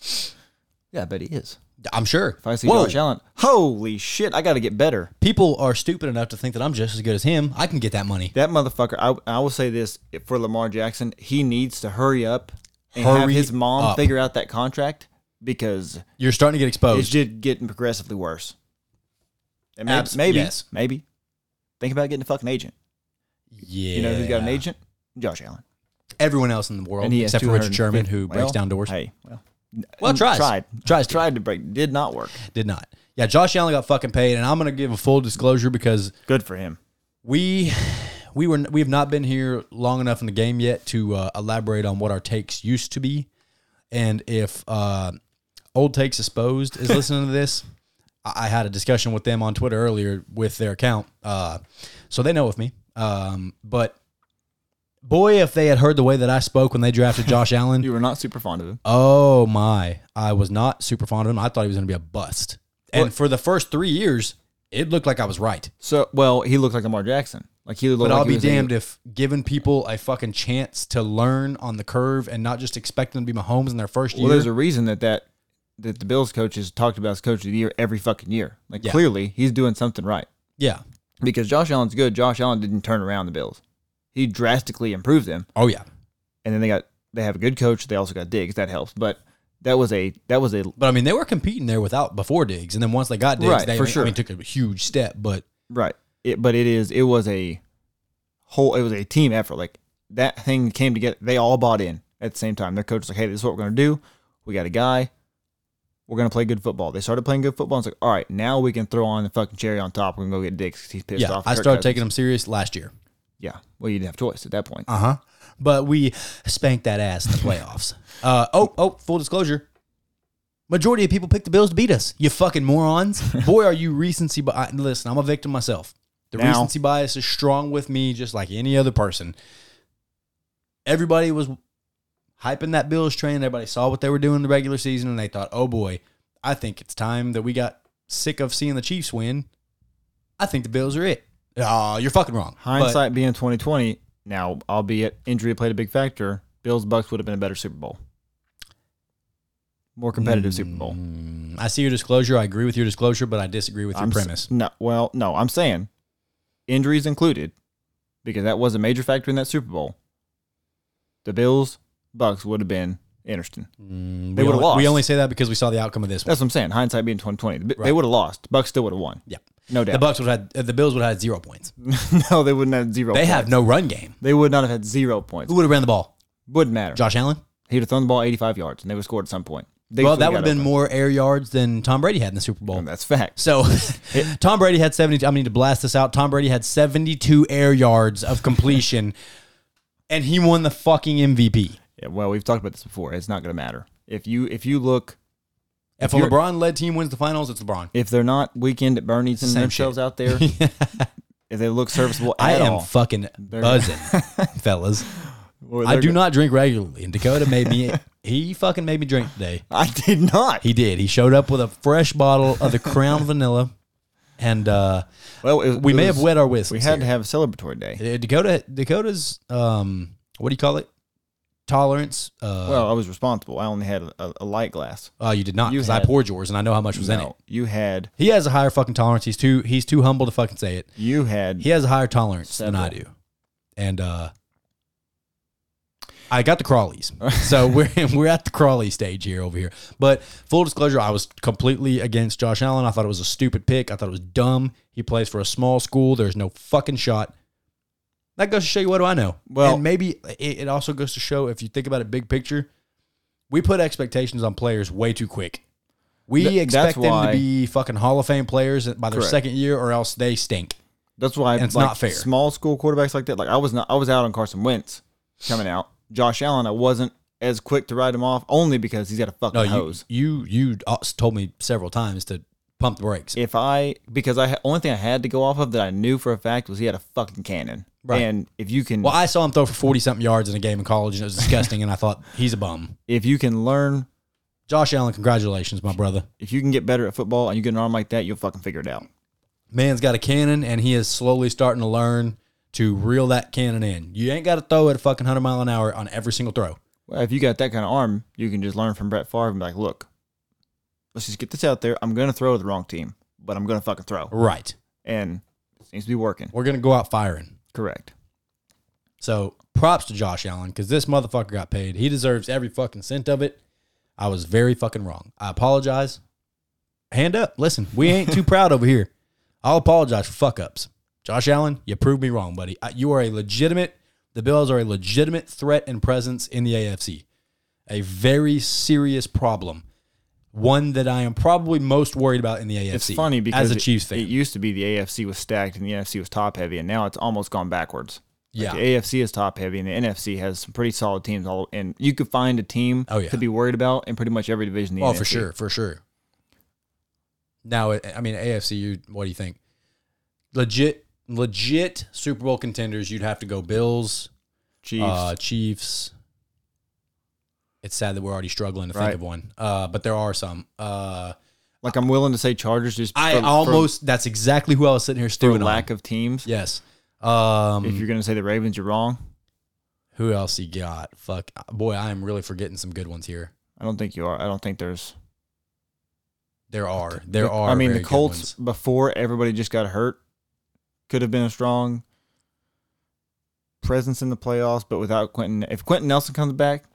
Yeah, I bet he is. I'm sure. If I see Whoa, Josh Allen, holy shit, I got to get better. people are stupid enough to think that I'm just as good as him. I can get that money. That motherfucker, I, I will say this for Lamar Jackson, he needs to hurry up and have Hurry his mom up. figure out that contract because You're starting to get it's exposed. just getting progressively worse. And maybe, Abs- maybe, yes. maybe. Think about getting a fucking agent. yeah. You know who's got an agent? Josh Allen. Everyone else in the world, And he has except for Richard 250 Sherman, who breaks well, down doors. Hey, well, Well, tries. tried, Tries to. tried to break, did not work. Did not. Yeah, Josh Allen got fucking paid, and I'm gonna give a full disclosure because Good for him. we we were we have not been here long enough in the game yet to uh, elaborate on what our takes used to be, and if uh, old takes exposed is listening to this, I, I had a discussion with them on Twitter earlier with their account, uh, so they know of me. Um, but boy, if they had heard the way that I spoke when they drafted Josh Allen, You were not super fond of him. Oh my. I was not super fond of him. I thought he was going to be a bust. And for the first three years, it looked like I was right. So, well, he looked like Lamar Jackson. Like he looked. But like I'll he be was in- damned if giving people a fucking chance to learn on the curve and not just expecting them to be Mahomes in their first Well, year. there's a reason that that that the Bills coach has talked about as coach of the year every fucking year. Like Yeah. clearly, he's doing something right yeah. because Josh Allen's good. Josh Allen didn't turn around the Bills. He drastically improved them, Oh yeah. and then they got they have a good coach. They also got Diggs. That helps, but that was a that was a But I mean, they were competing there without before Diggs, and then once they got Diggs, Right, they for I sure. mean, took a huge step. But Right. It, but it is it was a whole it was a team effort. Like that thing came together. They all bought in at the same time. Their coach was like, "Hey, this is what we're gonna do. We got a guy. We're gonna play good football." They started playing good football. And it's like, all right, now we can throw on the fucking cherry on top. We're gonna go get Dix 'cause he's pissed yeah, off. I at Kirk started Cousins." taking him serious last year. Yeah. Well, you didn't have a choice at that point. Uh huh. But we spanked that ass in the playoffs. uh oh oh. Full disclosure. Majority of people picked the Bills to beat us. You fucking morons. Boy, are you recency bias. Listen, I'm a victim myself. The Now- recency bias is strong with me, just like any other person. Everybody was hyping that Bills train. Everybody saw what they were doing in the regular season, and they thought, "Oh boy, I think it's time that we got sick of seeing the Chiefs win. I think the Bills are it." Ah, you're fucking wrong. But- Hindsight being twenty twenty. Now, albeit injury played a big factor, Bills Bucks would have been a better Super Bowl, more competitive Super Bowl. Mm, I see your disclosure. I agree with your disclosure, but I disagree with your I'm s- Mm, premise. No, well, no, I'm saying injuries included because that was a major factor in that Super Bowl. The Bills Bucks would have been interesting. Mm, They we would've only- We lost. only say that because we saw the outcome of this one. That's what I'm saying. Hindsight being 2020, The B- they Right. would have lost. Bucks still would have won. Yeah. No The doubt. Bucks would have had, uh, the Bills would have had zero points. no, they wouldn't have zero. They points. have no run game. They would not have had zero points. Who would have ran the ball? Wouldn't matter. Josh Allen. He would have thrown the ball 85 yards, and they would have scored at some point. They Well, still that would have got been open. more air yards than Tom Brady had in the Super Bowl. And that's fact. So Tom Brady had 70 I need to blast this out. Tom Brady had 72 air yards of completion and he won the fucking MVP. Yeah, well, we've talked about this before. It's not going to matter if you if you look If a you're- LeBron led team wins the finals, it's LeBron. if they're not weekend at Bernie's and Same themselves out there, if they look serviceable at I am all, fucking buzzing, fellas. or I they're do go- not drink regularly, and Dakota made me. He fucking made me drink today. I did not. He did. He showed up with a fresh bottle of the Crown Vanilla, and uh, well, it, we it may was- have wet our whistles. We had to here. have a celebratory day. Uh, Dakota. Dakota's um, what do you call it? Tolerance. Uh, Well, I was responsible. I only had a, a light glass. oh, you did not you because I had- poured yours, and I know how much was in it. No, you had He has a higher fucking tolerance. He's too. He's too humble to fucking say it. you had He has a higher tolerance than I do, Several. and uh, I got the crawlies. so we're we're at the crawly stage here over here. But full disclosure, I was completely against Josh Allen. I thought it was a stupid pick. I thought it was dumb. He plays for a small school. There's no fucking shot. That goes to show you what do I know. Well- and maybe it, it also goes to show if you think about it, big picture, we put expectations on players way too quick. We Th- that's expect them to why- be fucking Hall of Fame players by their Correct. second year, or else they stink. That's why And it's like, not fair. Small school quarterbacks like that. Like I was not. I was out on Carson Wentz coming out. Josh Allen. I wasn't as quick to write him off only because he's got a fucking No, Oh, you, hose. you you uh, told me several times to pump the brakes. If I because I ha- only thing I had to go off of that I knew for a fact was he had a fucking cannon. Right. And if you can Well, I saw him throw for forty something yards in a game in college, and it was disgusting. and I thought he's a bum. if you can learn Josh Allen, congratulations, my brother. if you can get better at football and you get an arm like that, you'll fucking figure it out. Man's got a cannon, and he is slowly starting to learn to reel that cannon in. You ain't got to throw it a fucking hundred mile an hour on every single throw. Well, if you got that kind of arm, you can just learn from Brett Favre and be like, look, let's just get this out there. I'm gonna throw to the wrong team, but I'm gonna fucking throw. Right. And it seems to be working. We're gonna go out firing. Correct. So props to Josh Allen because this motherfucker got paid. He deserves every fucking cent of it. I was very fucking wrong. I apologize. Hand up. Listen, we ain't too proud over here. I'll apologize for fuck ups. Josh Allen, you proved me wrong, buddy. I- You are a legitimate, the Bills are a legitimate threat and presence in the AFC. A very serious problem. One that I am probably most worried about in the AFC. It's funny because as a it- Chiefs it, fan, used to be the AFC was stacked and the NFC was top heavy, and now it's almost gone backwards. Like, Yeah. the AFC is top heavy, and the NFC has some pretty solid teams. All and you could find a team Oh, yeah. to be worried about in pretty much every division. in the Oh, for NFC. sure, for sure. Now, it- I mean, AFC. You, what do you think? Legit, legit Super Bowl contenders. You'd have to go Bills, Chiefs. Chiefs. Uh, Chiefs. It's sad that we're already struggling to Right. think of one, uh, but there are some. Uh, like I'm willing to say Chargers just I for- for- almost. that's exactly who I was sitting here for, stewing on. lack of teams. Yes. If Um, you're gonna say the Ravens, you're wrong. who else you got? Fuck, boy, I am really forgetting some good ones here. I don't think you are. I don't think there's. There are, there the- are. I mean, very the good Colts ones. before everybody just got hurt could have been a strong presence in the playoffs, but without Quentin, if Quentin Nelson comes back,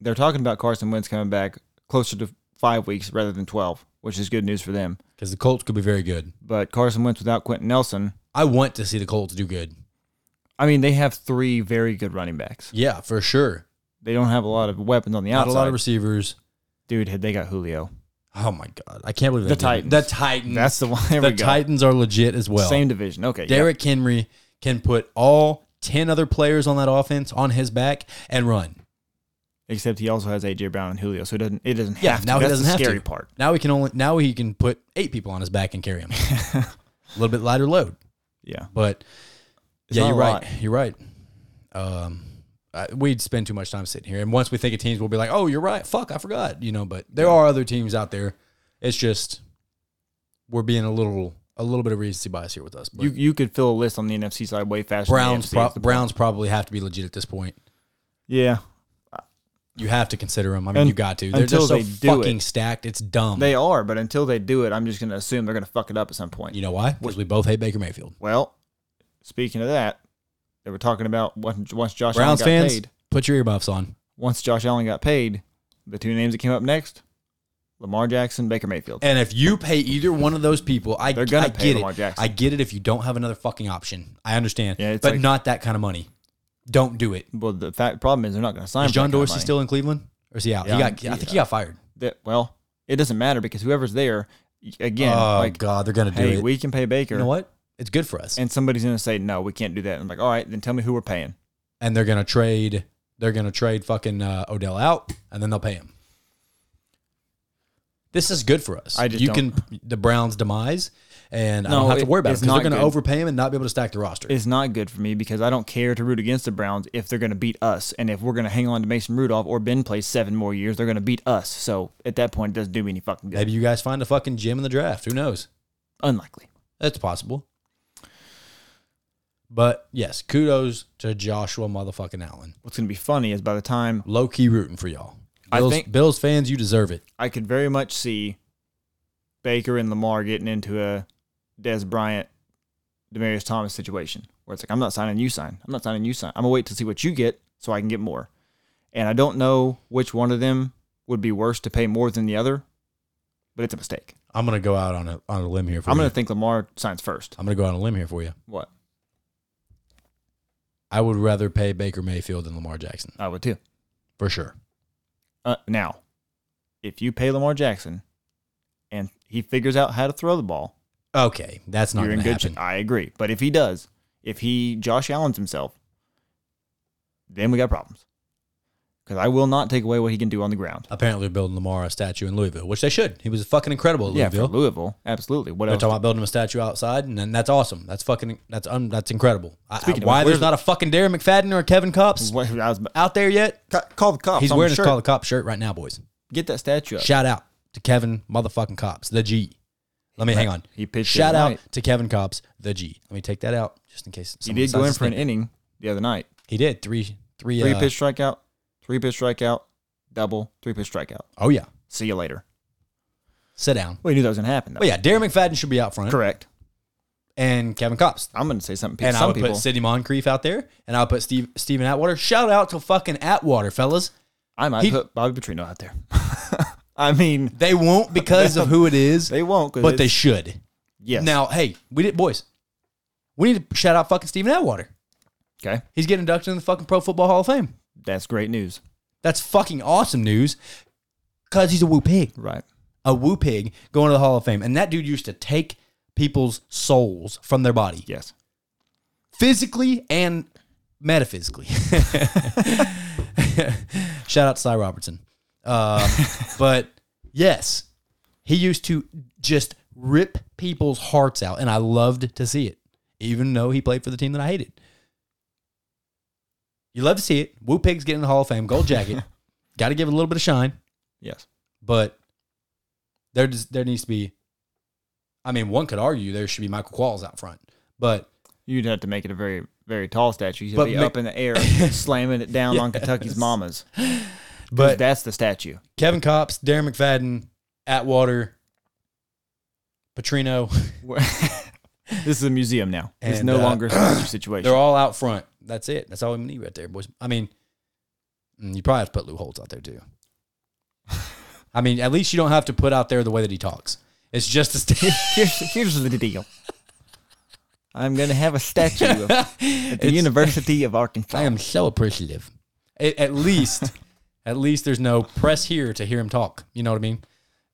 they're talking about Carson Wentz coming back closer to five weeks rather than twelve, which is good news for them. because the Colts could be very good. But Carson Wentz without Quentin Nelson, I want to see the Colts do good. I mean, they have three very good running backs. Yeah, for sure. They don't have a lot of weapons on the Not outside. a lot of receivers. Dude, had they got Julio? Oh my god, I can't believe The they did it. Titans. The Titans. That's the one. There Mm. the we go. Titans are legit as well. Same division. Okay. yeah. Derrick Henry can put all ten other players on that offense on his back and run. Except he also has AJ Brown and Julio, so it doesn't. It doesn't have. Yeah, to. now he That's doesn't the have scary to. part. Now he can only now he can put eight people on his back and carry him. a little bit lighter load, Yeah. but It's yeah, not you're a right. lot. You're right. Um, uh, we'd spend too much time sitting here. And once we think of teams, we'll be like, oh, you're right. Fuck, I forgot. You know, but there are other teams out there. It's just we're being a little a little bit of recency bias here with us. But You you could fill a list on the NFC side way faster. Browns than the AFC. pro- Browns probably have to be legit at this point. Yeah, You have to consider them. I mean, And you got to. They're until just so they do fucking it. stacked. It's dumb. They are, but until they do it, I'm just going to assume they're going to fuck it up at some point. you know why? Because we both hate Baker Mayfield. Well, speaking of that, they were talking about once once Josh Browns Allen got fans, paid. put your earmuffs on. Once Josh Allen got paid, the two names that came up next, Lamar Jackson, Baker Mayfield. And if you pay either one of those people, I, They're gonna I pay get Lamar it. Jackson. I get it if you don't have another fucking option. I understand. Yeah, it's but like- not that kind of money. Don't do it. Well, the fact problem is they're not going to sign. Is for John that kind of Dorsey money. still in Cleveland? Or is he out? Yeah, he got, I think he got fired. That- well, it doesn't matter because whoever's there, y- again, oh, like God, they're going to do hey, it. we can pay Baker. you know what? It's good for us. And, And somebody's going to say no, we can't do that. And I'm like, all right, then tell me who we're paying. they're going to trade. They're going to trade fucking uh, Odell out, and then they'll pay him. This is good for us. I just you don't- can the Browns' demise, and I No, don't have to it- worry about it it's because not they're going to good. overpay him and not be able to stack the roster. It's not good for me because I don't care to root against the Browns if they're going to beat us, and if we're going to hang on to Mason Rudolph or Ben plays seven more years, they're going to beat us. So at that point, it doesn't do me any fucking good. Maybe you guys find a fucking gem in the draft. Who knows? Unlikely. That's possible. But yes, kudos to Joshua motherfucking Allen. What's going to be funny is by the time Low key rooting for y'all. I Bills, think- Bills fans, you deserve it. I could very much see Baker and Lamar getting into a Des Bryant, Demarius Thomas situation where it's like, I'm not signing, you sign. I'm not signing, you sign. I'm going to wait to see what you get so I can get more. And I don't know which one of them would be worse to pay more than the other, but it's a mistake. I'm gonna go out on a on a limb here for I'm you. going to think Lamar signs first. I'm gonna go out on a limb here for you. What? I would rather pay Baker Mayfield than Lamar Jackson I would too. for sure. Uh, now, if you pay Lamar Jackson and he figures out how to throw the ball, Okay, that's not you're in gonna good happen. shape. I agree. But if he does, if he Josh Allen's himself, then we got problems. Because I will not take away what he can do on the ground. Apparently, they're building Lamar a statue in Louisville, which they should. He was fucking incredible at Yeah, Louisville. for Louisville, absolutely. What they're else? talking about building a statue outside, and then that's awesome. That's fucking that's un, that's incredible. I, Speaking of why which, there's where's- not a fucking Darren McFadden or a Kevin Cops What, I was, out there yet? call the cops. He's on the wearing his shirt. call the cop shirt right now, boys. Get that statue up. Shout out to Kevin motherfucking cops, the G. Let me hang on. He pitched Shout the out other night. to Kevin cops, the G. Let me take that out just in case. He someone did go in decides to for an sneak- inning the other night. He did three, three, Three uh, pitch strikeout, three pitch strikeout, double, three pitch strikeout. Oh yeah, See you later. sit down. Well, you knew that was gonna happen. Though. Well, yeah, Darren McFadden should be out front, correct. and Kevin cops. I'm gonna say something. And I some would people, put Sidney Moncrief out there, and I would put Steve Steven Atwater. Shout out to fucking Atwater, fellas. I might he- put Bobby Petrino out there. I mean, They won't because of who it is, they won't. 'cause but they it's- should. yes. Now, hey, we did, boys. We need to shout out fucking Steven Atwater. okay, He's getting inducted in the fucking Pro Football Hall of Fame. that's great news. That's fucking awesome news. Cause he's a woo pig. Right. A woo pig going to the Hall of Fame. And that dude used to take people's souls from their body. Yes. Physically and metaphysically. Shout out to Cy Robertson. Um, but yes, he used to just rip people's hearts out, and I loved to see it, even though he played for the team that I hated. You love to see it. Woo Pig's getting the Hall of Fame, gold jacket. Got to give it a little bit of shine, Yes. but there does, there needs to be. I mean, one could argue there should be Michael Qualls out front, but You'd have to make it a very, very tall statue. You'd But be ma- up in the air, slamming it down on Kentucky's mamas. 'Cause But- that's the statue. Kevin Copps, Darren McFadden, Atwater, Petrino, this is a museum now. It's And, no uh, longer a statue situation. they're all out front. That's it. That's all we need right there, boys. I mean, mm, you probably have to put Lou Holtz out there too. I mean, at least you don't have to put out there the way that he talks. It's just a sta- here's, here's the deal. I'm gonna have a statue of, at the University of Arkansas. I am so appreciative. A- at least, at least there's no press here to hear him talk. You know what I mean?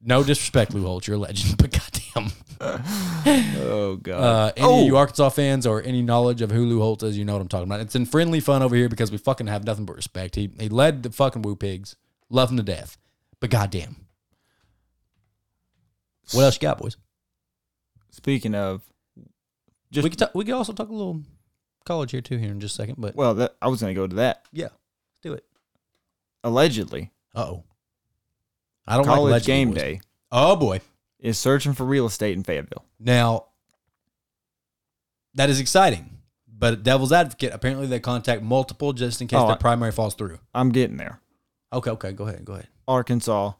No disrespect, Lou Holtz. You're a legend, but goddamn. oh God. Uh, any of you Arkansas fans or any knowledge of who Lou Holtz is, you know what I'm talking about. It's in friendly fun over here because we fucking have nothing but respect. He he led the fucking Woo Pigs. Love him to death. But goddamn. What else you got, boys? Speaking of, we could talk, we could also talk a little college here too here in just a second, but well, that, I was gonna go to that. yeah. do it. allegedly Uh oh. I don't college like legendary game boys. day Oh boy. is searching for real estate in Fayetteville. Now, that is exciting, but devil's advocate. Apparently, they contact multiple just in case Oh, the I- primary falls through. I'm getting there. Okay, okay, go ahead, go ahead. Arkansas,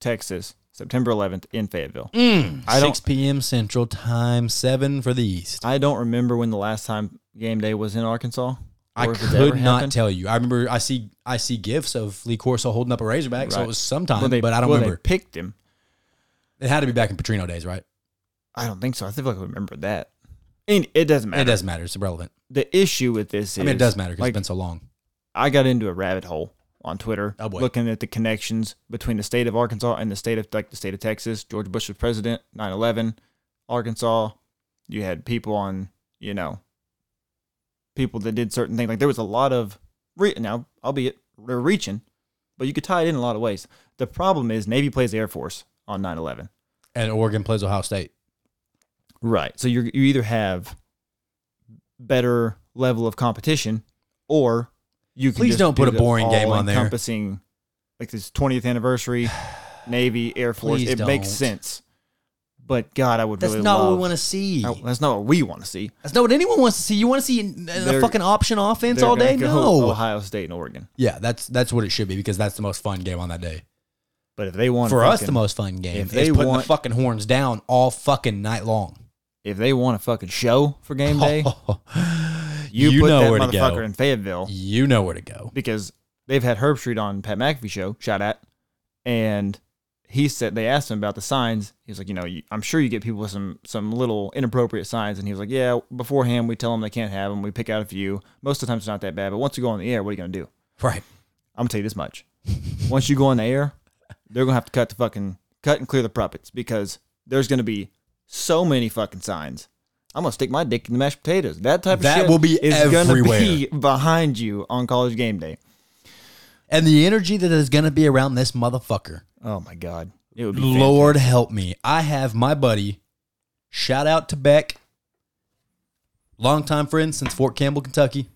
Texas, September 11th in Fayetteville. I don't- Six p.m. Central Time, seven for the East. I don't remember when the last time game day was in Arkansas. I or if it's ever could not happened. tell you. I remember I see I see gifs of Lee Corso holding up a Razorback, so Right. it was sometime, Well, they- but I don't well, remember. They picked him. It had to be back in Petrino days, right? I don't think so. I think I remember that. And it doesn't matter. It doesn't matter. It's irrelevant. The issue with this is I mean, it does matter because like, it's been so long. I got into a rabbit hole on Twitter Oh, boy. looking at the connections between the state of Arkansas and the state of like the state of Texas. George Bush was president, 9/11, Arkansas. You had people on, you know, people that did certain things. Like there was a lot of re- now, albeit they're reaching, but you could tie it in a lot of ways. The problem is Navy plays the Air Force on 9/11. And Oregon plays Ohio State. Right. So you you either have better level of competition, or you can Please just don't put do a the boring game on there. all-encompassing, like this 20th anniversary, Navy Air Force. Please it makes don't. sense. But God, I would That's really not what love- we want to see. No, that's not what we want to see. That's not what anyone wants to see. You want to see a They're- fucking option offense They're all gonna day? go No. Ohio State and Oregon. Yeah, that's that's what it should be because that's the most fun game on that day. But if they want For us, the fucking- most fun game if is they putting want- the fucking horns down all fucking night long. if they want a fucking show for game day, you, Oh, you, put know that where to motherfucker go. in Fayetteville. You know where to go. because they've had Herb Street on Pat McAfee show, shout at, and he said they asked him about the signs. He was like, you know, you, I'm sure you get people with some some little inappropriate signs, and he was like, yeah. Beforehand, we tell them they can't have them. We pick out a few. Most of the time, it's not that bad, but once you go on the air, what are you gonna do? Right. I'm gonna tell you this much: once you go on the air, they're gonna have to cut the fucking cut and clear the puppets because there's gonna be so many fucking signs. I'm gonna stick my dick in the mashed potatoes. That type of That shit will be is everywhere. gonna be behind you on college game day. And the energy that is going to be around this motherfucker. Oh my god, it would be Lord help me. I have my buddy, shout out to Beck, longtime friend since Fort Campbell, Kentucky.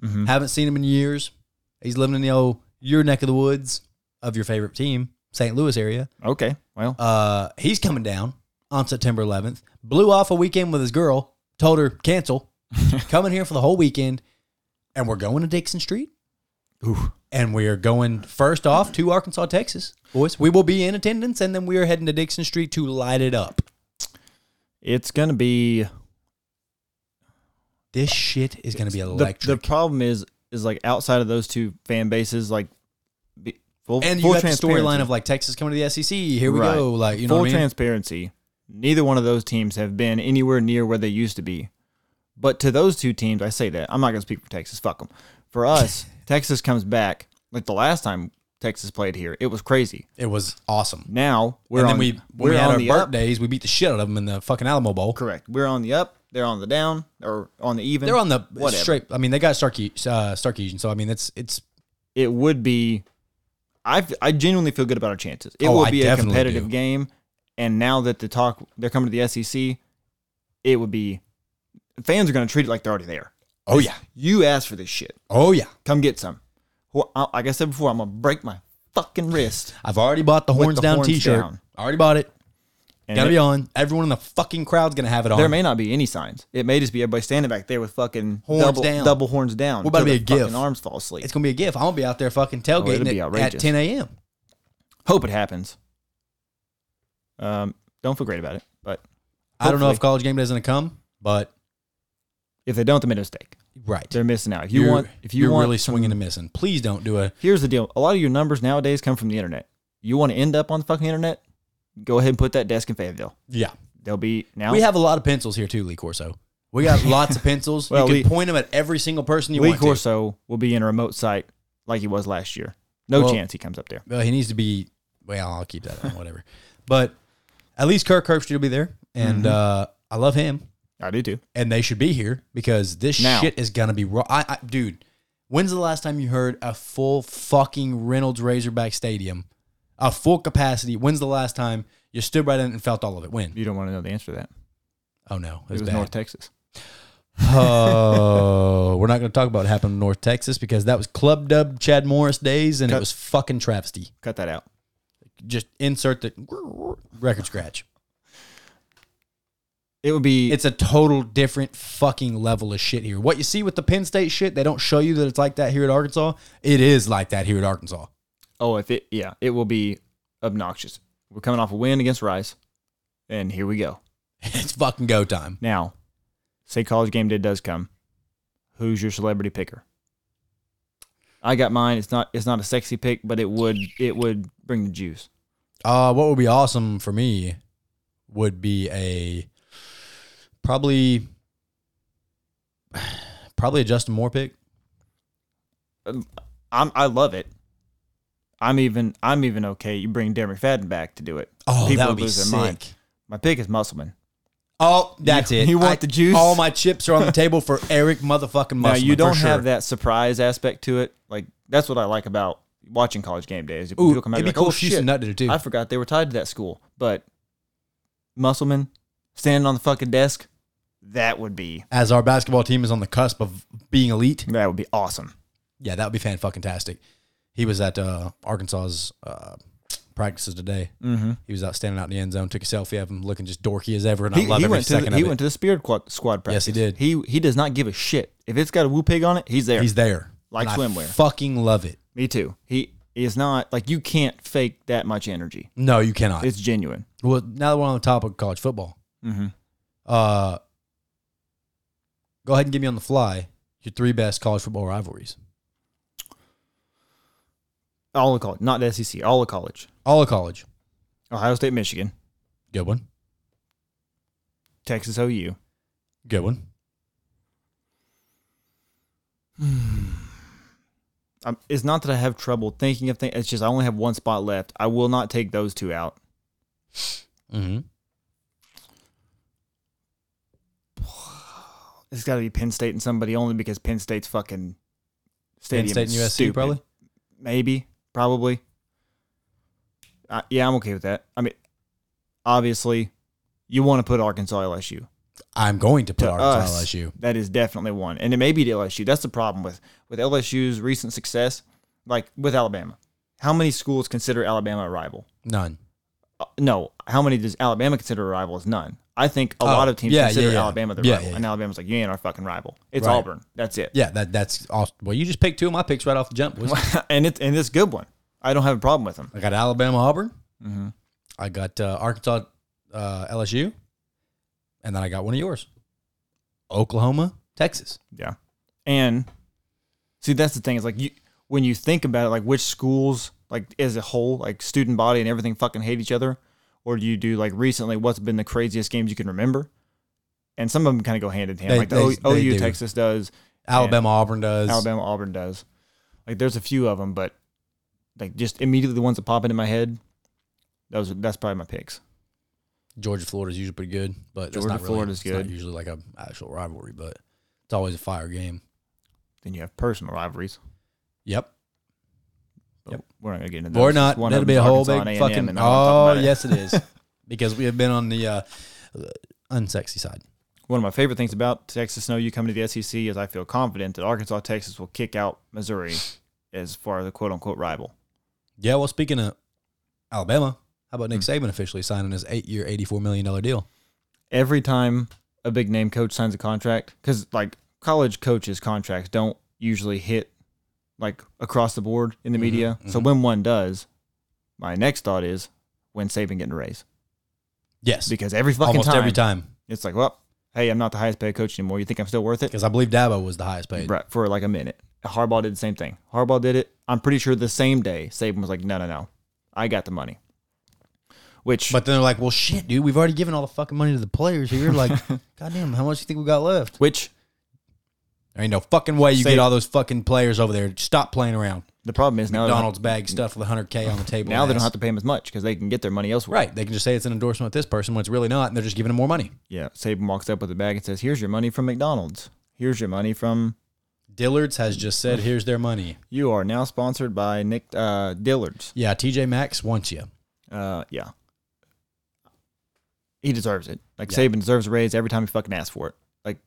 Haven't seen him in years. He's living in the old your neck of the woods of your favorite team, St. Louis area. fantastic. Okay, well, Uh, he's coming down on September 11th. Blew off a weekend with his girl. Told her cancel. coming here for the whole weekend, and we're going to Dixon Street. And we are going first off to Arkansas, Texas, boys. We will be in attendance, and then we are heading to Dixon Street to light it up. it's gonna be This shit is going to be the, the electric. problem is is like outside of those two fan bases, like be, full and you full got the storyline transparency. of like Texas coming to the SEC. Here we Right. go. Like you know full what I mean? transparency. Neither one of those teams have been anywhere near where they used to be. But to those two teams, I say that I'm not gonna speak for Texas. Fuck them. For us, Texas comes back like the last time Texas played here. It was crazy. It was awesome. Now we're and then on we we're when we had on our the up. birthdays. We beat the shit out of them in the fucking Alamo Bowl. Correct. We're on the up. They're on the down or on the even. They're on the Whatever. straight. I mean, they got Starkey, uh, Starkey, so I mean, it's it's it would be I I genuinely feel good about our chances. It Oh, will I be a definitely competitive do. game and now that the talk they're coming to the SEC, it would be fans are going to treat it like they're already there. oh yeah, You asked for this shit. oh yeah. Come get some. Well, I- like I said before, I'm going to break my fucking wrist. I've already bought the horns the down horns T-shirt. down. Already bought it. And Gotta it- be on. Everyone in the fucking crowd's gonna have it on. there may not be any signs. It may just be everybody standing back there with fucking Horns double, down. double horns down. What about till to be their a gif? Fucking arms fall asleep. it's gonna be a gift. I'm gonna be out there fucking tailgating Oh, it'll be it at outrageous. 10 a.m. Hope it happens. Um, don't feel great about it, but I don't know if Hopefully. college game day is gonna come, but if they don't, they made a mistake. right. They're missing out. If you You're- want, if you you're want really swinging and missing, please don't do a. here's the deal. A lot of your numbers nowadays come from the internet. You want to end up on the fucking internet? Go ahead and put that desk in Fayetteville. Yeah, They'll be now. we have a lot of pencils here too, Lee Corso. We got lots of pencils. Well, you Lee- can point them at every single person you Lee want. to. Corso will be in a remote site like he was last year. No Well- chance he comes up there. Well, he needs to be. Well, I'll keep that on whatever. But at least Kirk Herbstreit will be there, and uh, I love him. I do too. and they should be here because this Now. shit is gonna be raw. I, I, dude, when's the last time you heard a full fucking Reynolds Razorback Stadium, a full capacity? When's the last time you stood right in and felt all of it? When? You don't want to know the answer to that. Oh no, It it was, was bad. North Texas. Oh, we're not going to talk about what happened in North Texas because that was club dub Chad Morris days, and it was fucking travesty. Cut that out. Just insert the record scratch. It would be It's a total different fucking level of shit here. What you see with the Penn State shit, they don't show you that it's like that here at Arkansas. It is like that here at Arkansas. oh, if it yeah, it will be obnoxious. We're coming off a win against Rice, and here we go. It's fucking go time. Now, say college game day does come. Who's your celebrity picker? I got mine. It's not it's not a sexy pick, but it would it would bring the juice. Uh, what would be awesome for me would be a probably probably a Justin Moore pick. I'm I love it. I'm even I'm even okay. You bring Darren McFadden back to do it. Oh, People that would be lose sick. their mind. My pick is Musselman. Oh, that's You- it. you want the juice? All my chips are on the table for Eric motherfucking Musselman. Now you don't for sure. have that surprise aspect to it. Like that's what I like about watching college game day. Is Ooh, people come out it'd and be like, be cool oh if Houston shit, Nut did it too. I forgot they were tied to that school. But Musselman standing on the fucking desk, that would be As our basketball team is on the cusp of being elite, that would be awesome. yeah, that would be fan fucking tastic. He was at uh, Arkansas's uh, practices today. Mm-hmm. He was out standing out in the end zone, took a selfie of him, looking just dorky as ever, and He, I love he every went to second the, of he it. went to the Spirit Quad- Squad Yes, practice. he did. He he does not give a shit if it's got a woo pig on it. He's there. He's there, Like And I swimwear. fucking love it. Me too. He is not like you can't fake that much energy. No, you cannot. It's genuine. well, now that we're on the topic of college football, Mm-hmm. uh, go ahead and give me on the fly your three best college football rivalries. All of college, not the SEC. All of college. All of college. Ohio State, Michigan, Good one. Texas, OU. Good one. i Um, it's not that I have trouble thinking of things. It's just I only have one spot left. I will not take those two out. Mm-hmm. It's got to be Penn State and somebody only because Penn State's fucking Penn stadium State and is USC, stupid. probably. maybe, probably. Uh, yeah, I'm okay with that. I mean, obviously, you want to put Arkansas LSU. I'm going to put To Arkansas us, LSU. That is definitely one, and it may be to LSU. That's the problem with with LSU's recent success, like with Alabama. How many schools consider Alabama a rival? None. Uh, no, how many does Alabama consider a rival? Is none. I think a Oh, lot of teams yeah, consider yeah, yeah. Alabama their Yeah, rival, yeah, and Alabama's like, you ain't our fucking rival. It's Right. Auburn. That's it. Yeah, that that's awesome. Well, you just picked two of my picks right off the jump. boys. and it's and this good one. I don't have a problem with them. I got Alabama Auburn. Mm-hmm. I got uh, Arkansas uh, LSU, and then I got one of yours, Oklahoma Texas. Yeah. And see, that's the thing is like you when you think about it, like which schools, like as a whole, like student body and everything, fucking hate each other, or do you do like recently what's been the craziest games you can remember? And some of them kind of go hand in hand, They- like the they- O- they OU do. Texas does, Alabama Auburn does. Alabama Auburn does. Like there's a few of them, but like just immediately the ones that pop into my head. Those are- that's probably my picks. Georgia Florida is usually pretty good, but it's Georgia, not really, Florida's it's not good. usually like a actual rivalry, but it's always a fire game. Then you have personal rivalries. Yep. But Yep. We're not gonna get into those. Or not. One of That'll be a them's whole Arkansas and big A&M, fucking. and I don't wanna talk Oh, about it. yes, it is. because we have been on the uh, unsexy side. One of my favorite things about Texas and OU coming to the SEC is I feel confident that Arkansas, Texas will kick out Missouri as far as the quote unquote rival. Yeah, well, speaking of Alabama, how about Nick Hmm. Saban officially signing his eight year, $84 million deal? Every time a big name coach signs a contract, because like college coaches' contracts don't usually hit like across the board in the Mhm, media. So mhm. when one does, my next thought is when Saban getting a raise Yes. because every fucking Almost time, every time. it's like, well, hey, I'm not the highest paid coach anymore. You think I'm still worth it? Because I believe Dabo was the highest paid. Right, for like a minute. Harbaugh did the same thing. Harbaugh did it. I'm pretty sure the same day, Saban was like, no, no, no. I got the money. Which, But then they're like, well, shit, dude, we've already given all the fucking money to the players here. Like, goddamn, how much do you think we got left? which There ain't no fucking way you Say- get all those fucking players over there. Stop playing around. the problem is now, they don't, Donald's bag stuff with 100K on the Uh, table. now they and don't ass. have to pay him as much because they can get their money elsewhere. Right. They can just say it's an endorsement with this person when it's really not, and they're just giving them more money. Yeah. Saban walks up with a bag and says, here's your money from McDonald's. Here's your money from, Dillard's has just said, here's their money. you are now sponsored by Nick uh, Dillard's. Yeah, TJ Maxx wants you. Uh, yeah. He deserves it. Like Yeah. Saban deserves a raise every time he fucking asks for it. Like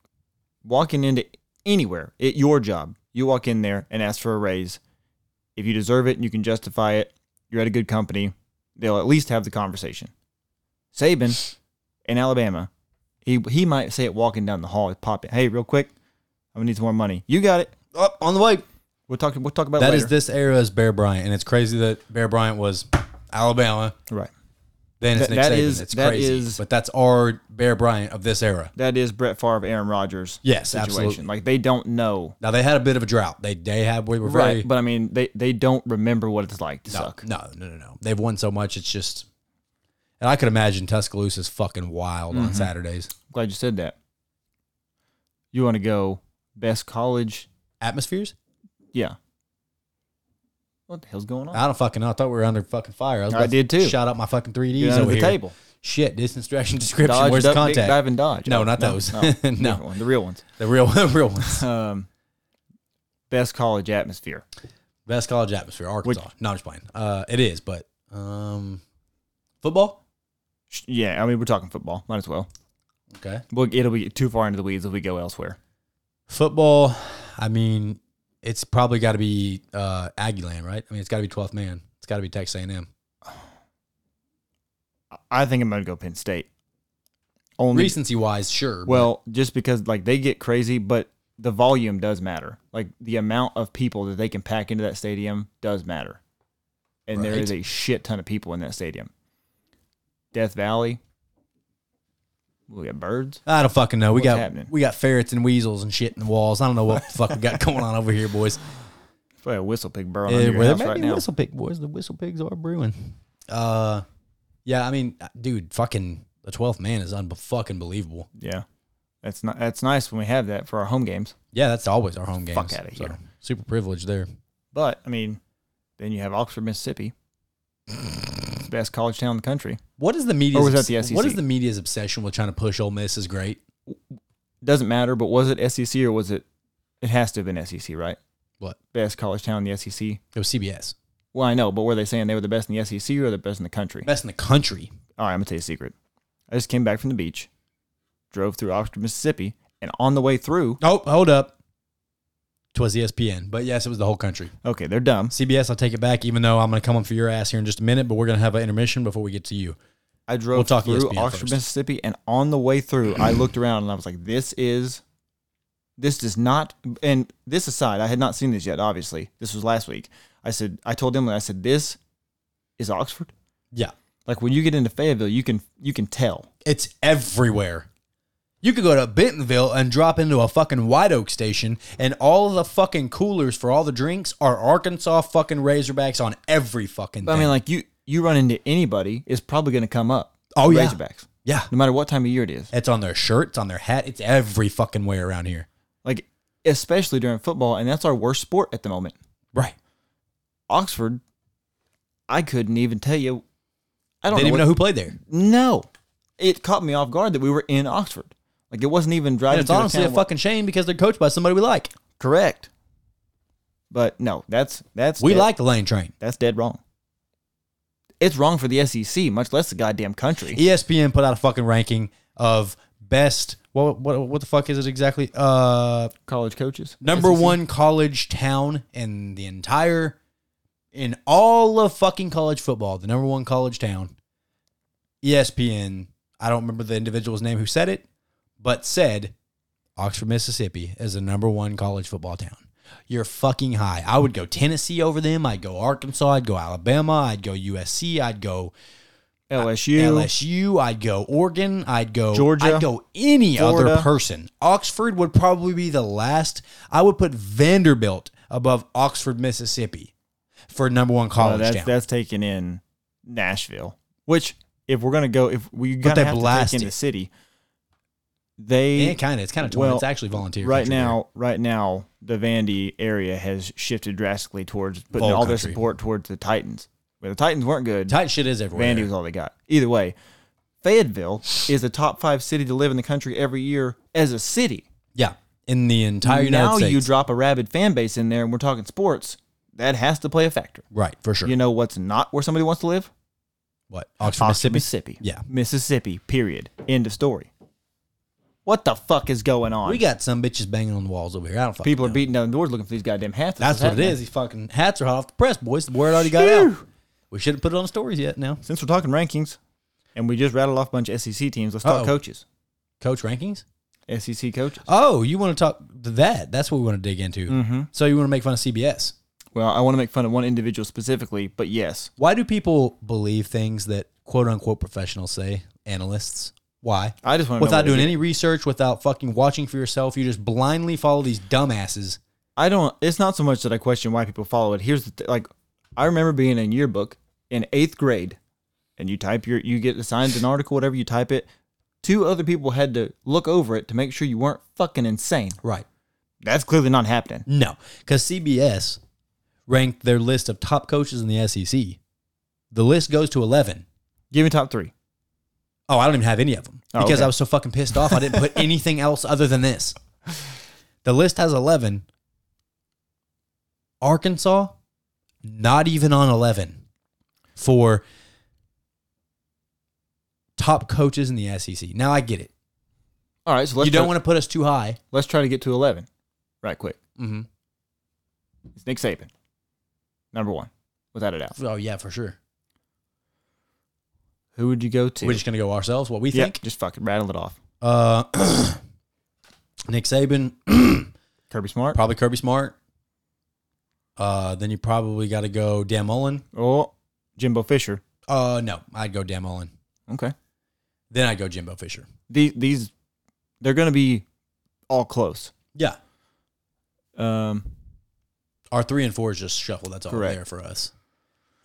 walking into anywhere at your job, you walk in there and ask for a raise. If you deserve it and you can justify it, you're at a good company. They'll at least have the conversation. Saban in Alabama, he he might say it walking down the hall, pop it. Hey, real quick, I'm gonna need some more money. You got it. Up on the way. We'll talk. We'll talk about That later. is this era's Bear Bryant, and it's crazy that Bear Bryant was Alabama. right. Then it's That- Nick that Saban. is- it's that crazy, is- but that's our Bear Bryant of this era. That is Brett Favre, Aaron Rodgers. Yes, situation. absolutely. Like they don't know. Now they had a bit of a drought. They they had we were very Right. But I mean, they they don't remember what it's like to no, suck. No, no, no, no. They've won so much. It's just, and I could imagine Tuscaloosa's fucking wild Mm-hmm. on Saturdays. glad you said that. You want to go best college? Atmospheres? Yeah. What the hell's going on? I don't fucking know. I thought we were under fucking fire. I, was I about to did too. Shot up my fucking Get 3Ds under over the here. table. Shit, distance, direction, description. Dodge, Where's the duck, dick, contact? dive and dodge. No, not those. No, No. different one, the real ones. The real, the real ones. Um, best college atmosphere. Best college atmosphere, Arkansas. no, I'm just playing. Uh, it is, but um, football. Sh- Yeah, I mean we're talking football. Might as well. Okay, Well, it'll be too far into the weeds if we go elsewhere. football. I mean, it's probably got to be uh, Aggie Land, right? I mean, it's got to be 12th man. It's got to be Texas A&M. I- I think I'm gonna go Penn State. Only Recency wise, sure. but- Well, just because like they get crazy, but the volume does matter. Like the amount of people that they can pack into that stadium does matter. And there Right. is a shit ton of people in that stadium. Death Valley. We got birds. I don't fucking know. We What's got happening? we got ferrets and weasels and shit in the walls. I don't know what the fuck we got going on over here, boys. Probably a whistle pig burrow Yeah, under your well, there house may right be now. whistle pig boys. The whistle pigs are brewing. Uh, yeah. I mean, uh, dude, fucking the twelfth man is unbe fucking believable. Yeah. That's not that's nice when we have that for our home games. Yeah, that's always our home game. Fuck outta here. super privileged there. But I mean, then you have Oxford, Mississippi. It's the best college town in the country. What is the media's was that obs- the E SEC? What is the media's obsession with trying to push Ole Miss is great? Doesn't matter, but was it SEC or was it it has to have been SEC, right? What Best college town in the SEC. it was CBS Well, I know, but were they saying they were the best in the SEC or the best in the country? best in the country. All right, I'm gonna tell you a secret. I just came back from the beach, drove through Oxford, Mississippi, and on the way through, Oh, hold up. Twas E ESPN, but yes, it was the whole country. okay, they're dumb. CBS, I'll take it back, even though I'm going to come up for your ass here in just a minute, but we're going to have an intermission before we get to you. I drove We'll talk E through ESPN Oxford, first. Mississippi, and on the way through, I looked around and I was like, "This is, this does not." And this aside, I had not seen this yet. Obviously, this was last week. I said, I told Emily, I said, "This is Oxford." Yeah. Like when you get into Fayetteville, you can you can tell. It's everywhere. You could go to Bentonville and drop into a fucking White Oak station, and all of the fucking coolers for all the drinks are Arkansas fucking Razorbacks on every fucking But thing. I mean, like you you run into anybody, it's probably going to come up. Oh, yeah. Razorbacks. yeah. no matter what time of year it is. It's on their shirt, it's on their hat, it's every fucking way around here. Like especially during football, and that's our worst sport at the moment. Right. Oxford, I couldn't even tell you. I They don't didn't even know know who played there. what- No, it caught me off guard that we were in Oxford. Like it wasn't even driving. And it's through the honestly a town where- fucking shame because they're coached by somebody we like. correct. But no, that's that's We dead- like the lane train. that's dead wrong. It's wrong for the SEC, much less the goddamn country. ESPN put out a fucking ranking of best. What what what the fuck is it exactly? Uh, College coaches E number SEC. one college town in the entire in all of fucking college football. The number one college town. E ESPN. I don't remember the individual's name who said it, but said Oxford, Mississippi is the number one college football town. You're fucking high. I would go Tennessee over them. I'd go Arkansas. I'd go Alabama. I'd go USC. I'd go LSU, LSU. I'd go Oregon. I'd go Georgia. I'd go any other Florida. person. Oxford would probably be the last. I would put Vanderbilt above Oxford, Mississippi, for number one Well, college that's town. that's taken in Nashville, which if we're gonna go, if we But gotta they have blast to take in it. the city, they and kind of, it's kind of torn. Well, it's actually volunteer right country now, right now, the Vandy area has shifted drastically towards putting Vol all their country. support towards the Titans. Where the Titans weren't good, there. Tight shit is everywhere. Vandy was all they got. Either way, Fayetteville is a top five city to live in the country every year as a city. yeah, in the entire United now States. you drop a rabid fan base in there, and we're talking sports. That has to play a factor. right for sure. You know what's not where somebody wants to live? what Oxford, Oxford, Mississippi? Mississippi. Yeah. Mississippi, period. End of story. What the fuck is going on? We got some bitches banging on the walls over here. I don't fucking People are know. beating down doors looking for these goddamn hats. That's what it is. These fucking hats are hot off the press, boys. The word already got out. We shouldn't put it on the stories yet. Now, Since we're talking rankings, and we just rattled off a bunch of SEC teams, let's talk Uh-oh. coaches. coach rankings. SEC coaches. Oh, you want to talk that? That's what we want to dig into. Mm-hmm. So you want to make fun of CBS? Well, I want to make fun of one individual specifically, but yes, Why do people believe things that quote unquote professionals say? Analysts. Why? I just want to know Without what doing it is. any research, without fucking watching for yourself, you just blindly follow these dumbasses. I don't. It's not so much that I question why people follow it. Here's the th- like, I remember being in yearbook in eighth grade, and you type your, you get assigned an article, whatever you type it. Two other people had to look over it to make sure you weren't fucking insane. Right. That's clearly not happening. No, because CBS ranked their list of top coaches in the SEC. The list goes to 11. Give me top three. Oh, I don't even have any of them Oh, because okay. I was so fucking pissed off. I didn't put anything else other than this. The list has 11. Arkansas, not even on 11 for top coaches in the SEC. Now I get it. All right, so let's you don't try, want to put us too high. let's try to get to eleven, right quick. Mm-hmm. It's Nick Saban, number one, without a doubt. Oh, yeah, for sure. Who would you go to? We're just going to go ourselves, what we yeah, think. just fucking rattle it off. Uh, Nick Saban, Kirby Smart. probably Kirby Smart. Uh, then you probably got to go Dan Mullen. Oh, Jimbo Fisher. Uh, no, I'd go Dan Mullen. Okay. Then I'd go Jimbo Fisher. These these, they're gonna be all close. Yeah, Um, our three and four is just shuffled. That's all Correct. there for us.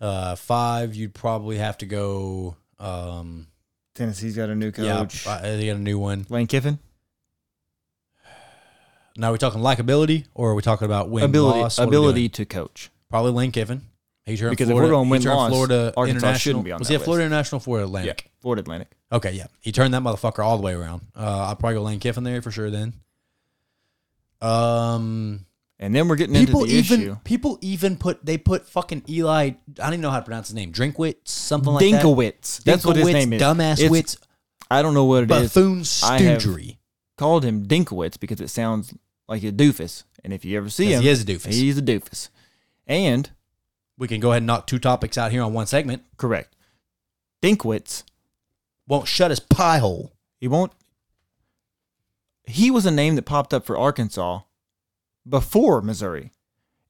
Uh, five, you'd probably have to go. Um, Tennessee's got a new coach. yeah, I- they got a new one. Lane Kiffin. Now are we talking likability, or are we talking about win ability loss? What are we ability doing? to coach. probably Lane Kiffin. He turned Because if Florida, we're going he win turned loss, Florida Arkansas International. shouldn't be on was that he at list. Florida International for Atlantic? Florida Atlantic. Okay, yeah. He turned that motherfucker all the way around. Uh, I'll probably go Lane Kiffin there for sure. Then, um, And then we're getting people into the even issue. people even put they put fucking Eli. I don't even know how to pronounce his name. Drinkwitz, something like that. Dinkowitz. That's what his Dinkowitz, name is. Dumbass It's- wits, I don't know what it is. buffoon I have- stoogery. Called him Dinkowitz because it sounds like a doofus. And if you ever see 'Cause him, he is a doofus. He's a doofus. And We can go ahead and knock two topics out here on one segment. correct, Dinkwitz. Won't shut his pie hole. He won't. He was a name that popped up for Arkansas before Missouri,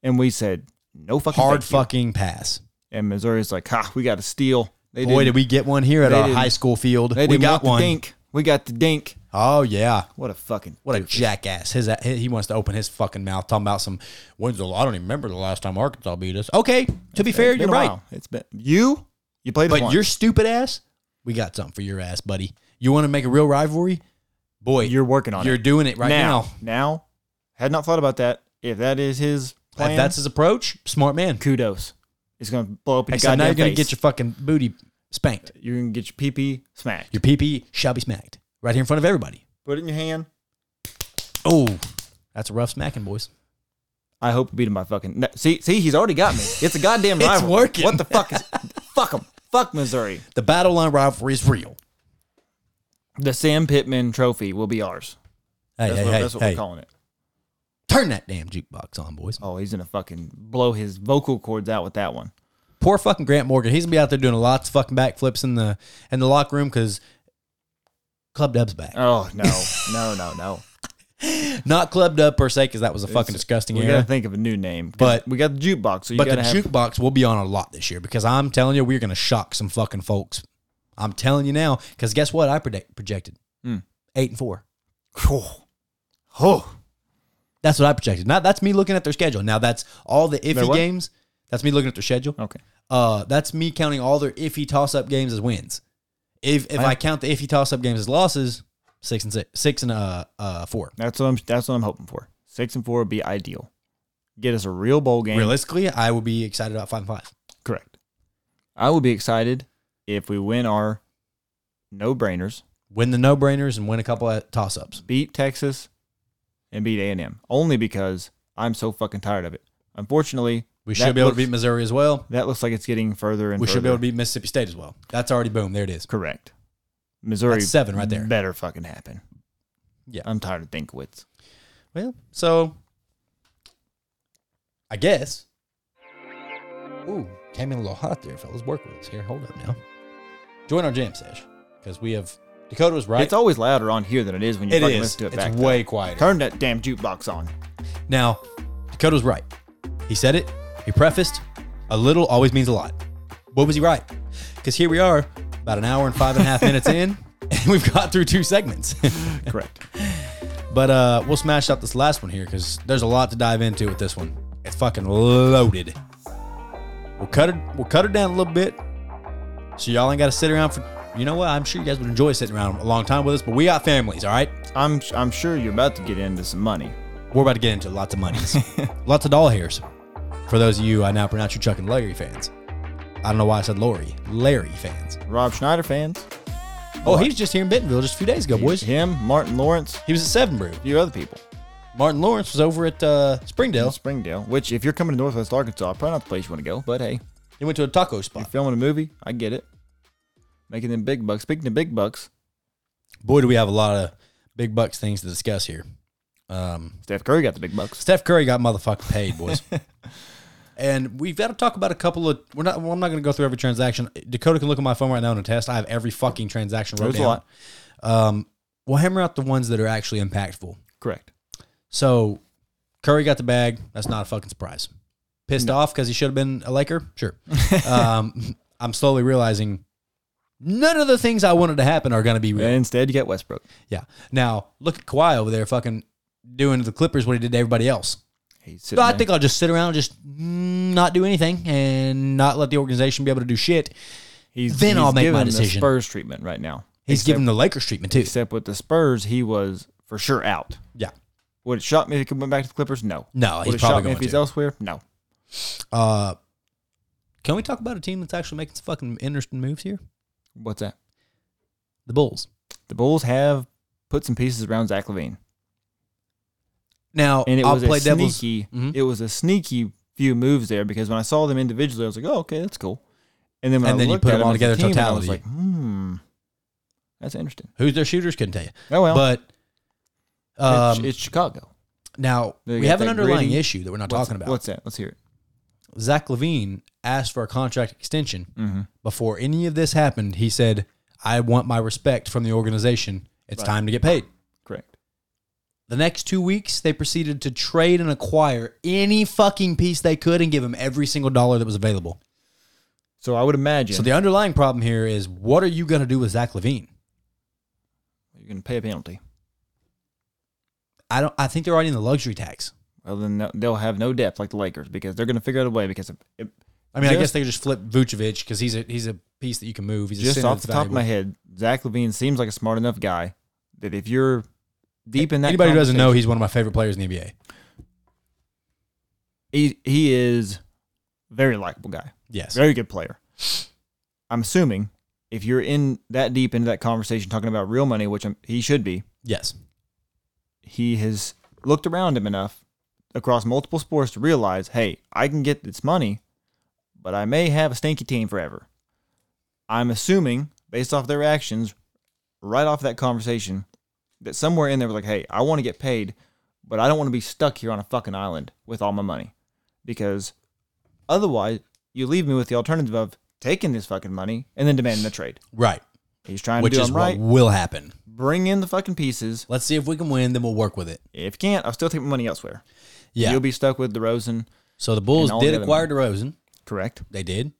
and we said no fucking Hard thank you. fucking pass. And Missouri's like, ha, we got to steal. They didn't- Boy, did we get one here at they our didn't- high school field. They We didn't got want one. The dink. We got the dink. Oh yeah. What a fucking What a jackass! His uh, he he wants to open his fucking mouth talking about some. When's the? I don't even remember the last time Arkansas beat us. Okay, to be fair, It's you're been a right. while. It's been you. You played, But us your once. stupid ass, we got something for your ass, buddy. You want to make a real rivalry? Boy, you're working on you're it doing it right now. now. Now, had not thought about that. If that is his plan, If that's his approach, smart man. kudos. It's gonna blow up in your Except now goddamn you're going to face. get your fucking booty spanked. you're gonna get your pee pee smacked. Your pee pee shall be smacked right here in front of everybody. Put it in your hand. Oh, that's a rough smacking, boys. I hope we beat him by fucking. no, See, see, he's already got me. It's a goddamn It's rival. working. What the fuck is? fuck him. Fuck Missouri. The battle line rivalry is real. The Sam Pittman Trophy will be ours. Hey, That's hey, what, hey, that's what hey. we're calling it. turn that damn jukebox on, boys. Oh, he's gonna fucking blow his vocal cords out with that one. Poor fucking Grant Morgan. He's gonna be out there doing lots of fucking backflips in the in the locker room because Club Dub's back. Oh no, no, no, no. Not Club Dub per se, because that was a fucking disgusting We era. gotta think of a new name. But- we got the jukebox, so you But the gotta have. jukebox will be on a lot this year because I'm telling you, we're going to shock some fucking folks. I'm telling you now because guess what? I predict, projected Hmm. eight and four. oh, oh, That's what I projected. Now that's me looking at their schedule. Now that's all the Their iffy what? games. That's me looking at their schedule. okay. Uh, that's me counting all their iffy toss up games as wins. If if I, count the iffy toss up games as losses, six and six, six and uh uh four. That's what I'm. That's what I'm hoping for. Six and four would be ideal. Get us a real bowl game. Realistically, I would be excited about five and five. Correct. I will be excited if we win our no brainers, Win the no brainers and win a couple of toss ups. beat Texas, and beat A and M. Only because I'm so fucking tired of it. Unfortunately, We that should be able looks- to beat Missouri as well. That looks like it's getting further and we further. should be able to beat Mississippi State as well. That's already boom. There it is. correct. Missouri That's seven right there. Better fucking happen. Yeah. I'm tired of Thinkwits. Well, so I guess. Ooh, came in a little hot there, fellas. Work with us here. Hold up now. Join our jam sesh because we have Dakota was right. It's always louder on here than it is when you It fucking is. listen to it back. it's way quieter. Turn that damn jukebox on. Now, Dakota was right. He said it. He prefaced, a little always means a lot. What was he right? Because here we are, about an hour and five and a half minutes in, and we've got through two segments. Correct. but uh, we'll smash out this last one here because there's a lot to dive into with this one. It's fucking loaded. We'll cut it. We'll cut it down a little bit, so y'all ain't got to sit around for. You know what? I'm sure you guys would enjoy sitting around a long time with us, but we got families, all right? I'm I'm sure you're about to get into some money. we're about to get into lots of monies, lots of doll hairs. For those of you I now pronounce you Chuck and Larry fans. I don't know why I said Lori, Larry fans. Rob Schneider fans, Oh, he was just here in Bentonville just a few days ago, boys. him, Martin Lawrence, He was at Seven Brew. a few other people. Martin Lawrence was over at uh, in Springdale. Springdale, which if you're coming to Northwest Arkansas, probably not the place you want to go. But hey, He went to a taco spot. filming a movie, I get it. Making them big bucks. Speaking of big bucks, Boy, do we have a lot of big bucks things to discuss here. Um, Steph Curry got the big bucks. Steph Curry got motherfucking paid, boys. and we've got to talk about a couple of. We're not. Well, I'm not going to go through every transaction. Dakota can look at my phone right now and test. I have every fucking transaction wrote There's down. a lot. Um, we'll hammer out the ones that are actually impactful. Correct. So Curry got the bag. That's not a fucking surprise. Pissed off because he should have been a Laker. Sure. um, I'm slowly realizing none of the things I wanted to happen are going to be real. And instead, you got Westbrook. Yeah. Now look at Kawhi over there, fucking doing to the Clippers what he did to everybody else. He's So sitting I there. think I'll just sit around, and just not do anything, and not let the organization be able to do shit. he's, then I'll make my given decision. The Spurs treatment right now. He's Except- giving the Lakers treatment too. except with the Spurs, he was for sure out. Yeah. Would it shock me if he went back to the Clippers? No. No, Would he's it shock probably me going if Uh, he's to. elsewhere? No. Uh, can we talk about a team that's actually making some fucking interesting moves here? What's that? The Bulls. The Bulls have put some pieces around Zach Levine, Now and it I'll was play a devil's. sneaky. Mhm. It was a sneaky few moves there because when I saw them individually, I was like, "Oh, okay, that's cool." And then when And I then you looked put at them all as a together team, I was totality. like, "Hmm, that's interesting." Who's their shooters? Couldn't tell you. Oh well, But it's- um, it's, Chicago. now They we got have an that underlying gritty- issue that we're not What's- talking about. What's that? Let's hear it. Zach Levine asked for a contract extension Mm-hmm. before any of this happened. He said, "I want my respect from the organization. It's time to get paid." Correct. The next two weeks, they proceeded to trade and acquire any fucking piece they could and give him every single dollar that was available. So I would imagine So the underlying problem here is what are you going to do with Zach Levine? you're going to pay a penalty. I don't. I think they're already in the luxury tax. Well, then they'll- they'll have no depth like the Lakers because they're going to figure out a way. Because if, if, I mean, I guess Just- they could just flip Vucevic because he's a he's a piece that you can move. He's a just center off that's the top of my valuable. head, Zach Levine seems like a smart enough guy that if you're deep in that, Anybody who doesn't know, conversation- he's one of my favorite players in the NBA. he he is very likable guy, Yes. very good player. I'm assuming if you're in that deep into that conversation talking about real money, which I'm, he should be, Yes. he has looked around him enough across multiple sports to realize, hey, I can get this money, but I may have a stinky team forever. I'm assuming, based off their actions, right off that conversation, that somewhere in there was like, hey, I want to get paid, but I don't want to be stuck here on a fucking island with all my money. Because otherwise, you leave me with the alternative of taking this fucking money and then demanding a trade. Right. He's trying Which to do is them right. what will happen. Bring in the fucking pieces. Let's see if we can win. Then we'll work with it. If you can't, I'll still take my money elsewhere. Yeah. You'll be stuck with DeRozan. so the and Bulls all did the other acquire DeRozan. Correct. They did.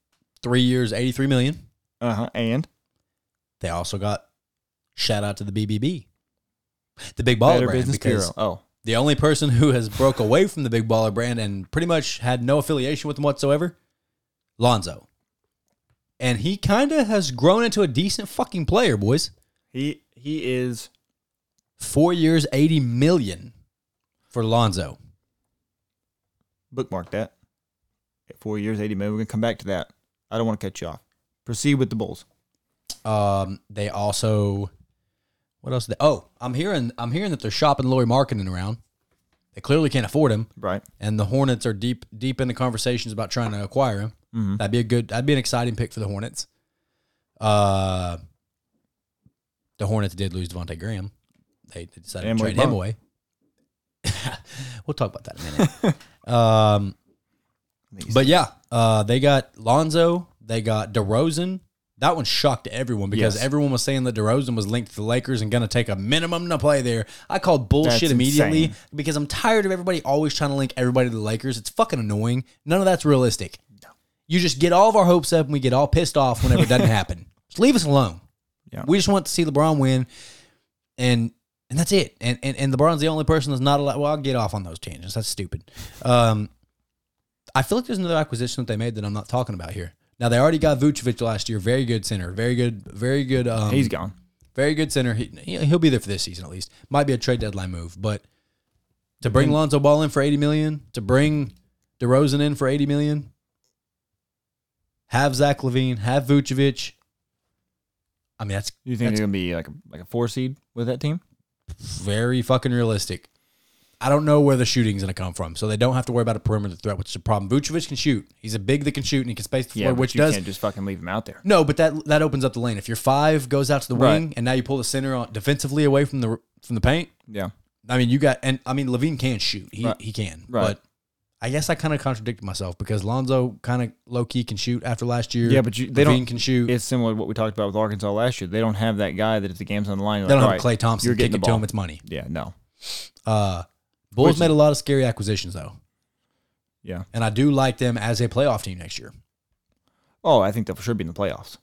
Three years, eighty-three million. Uh huh. And They also got shout out to the BBB, the Big Baller Better Brand, Business because Bureau. Oh, the only person who has broke away from the Big Baller Brand and pretty much had no affiliation with them whatsoever, Lonzo. And he kind of has grown into a decent fucking player, boys. he he is. Four years, eighty million for Lonzo. Bookmark that. At four years, eighty million. We're gonna come back to that. I don't want to cut you off. Proceed with the Bulls. Um, they also, what else? They, oh, I'm hearing, I'm hearing that they're shopping Lori Markkinen around. They clearly can't afford him, Right. and the Hornets are deep, deep into conversations about trying to acquire him. That'd be a good, that'd be an exciting pick for the Hornets. Uh, the Hornets did lose Devontae Graham. they decided to Amway trade him Bond. away. we'll talk about that in a minute. um, but yeah, uh, they got Lonzo, they got DeRozan. That one shocked everyone because Yes. everyone was saying that DeRozan was linked to the Lakers and going to take a minimum to play there. I called bullshit That's immediately insane. because I'm tired of everybody always trying to link everybody to the Lakers. It's fucking annoying. None of that's realistic. You just get all of our hopes up and we get all pissed off whenever it doesn't happen. Just leave us alone. Yeah. We just want to see LeBron win and and that's it. And and, and LeBron's the only person that's not allowed. Well, I'll get off on those tangents. That's stupid. Um, I feel like there's another acquisition that they made that I'm not talking about here. Now they already got Vucevic last year. Very good center. Very good. Very good. Um, He's gone. very good center. He, he'll be there for this season at least. Might be a trade deadline move, but to bring Mm-hmm. Lonzo Ball in for 80 million, to bring DeRozan in for 80 million, have Zach Levine, have Vucevic. I mean, that's You think That's- they're gonna be like a, like a four seed with that team? very fucking realistic. I don't know where the shooting's gonna come from, so they don't have to worry about a perimeter threat, which is a problem. Vucevic can shoot; he's a big that can shoot and he can space the floor, but which you does can't just fucking leave him out there. no. But that that opens up the lane. If your five goes out to the Right. wing, and now you pull the center on, defensively away from the from the paint, Yeah, I mean, you got, and I mean, Levine can shoot. He Right. he can. Right. But I guess I kind of contradicted myself because Lonzo kind of low key can shoot after last year. Yeah, but you- they Levine don't- can shoot. it's similar to what we talked about with Arkansas last year. They don't have that guy that if the game's on the line, you're they don't like, have "All right, Clay Thompson you're getting kicking the to ball." him. It's money. Yeah, no, Uh, Bulls Which is- made a lot of scary acquisitions though, yeah. and I do like them as a playoff team next year. Oh, I think they'll for sure be in the playoffs.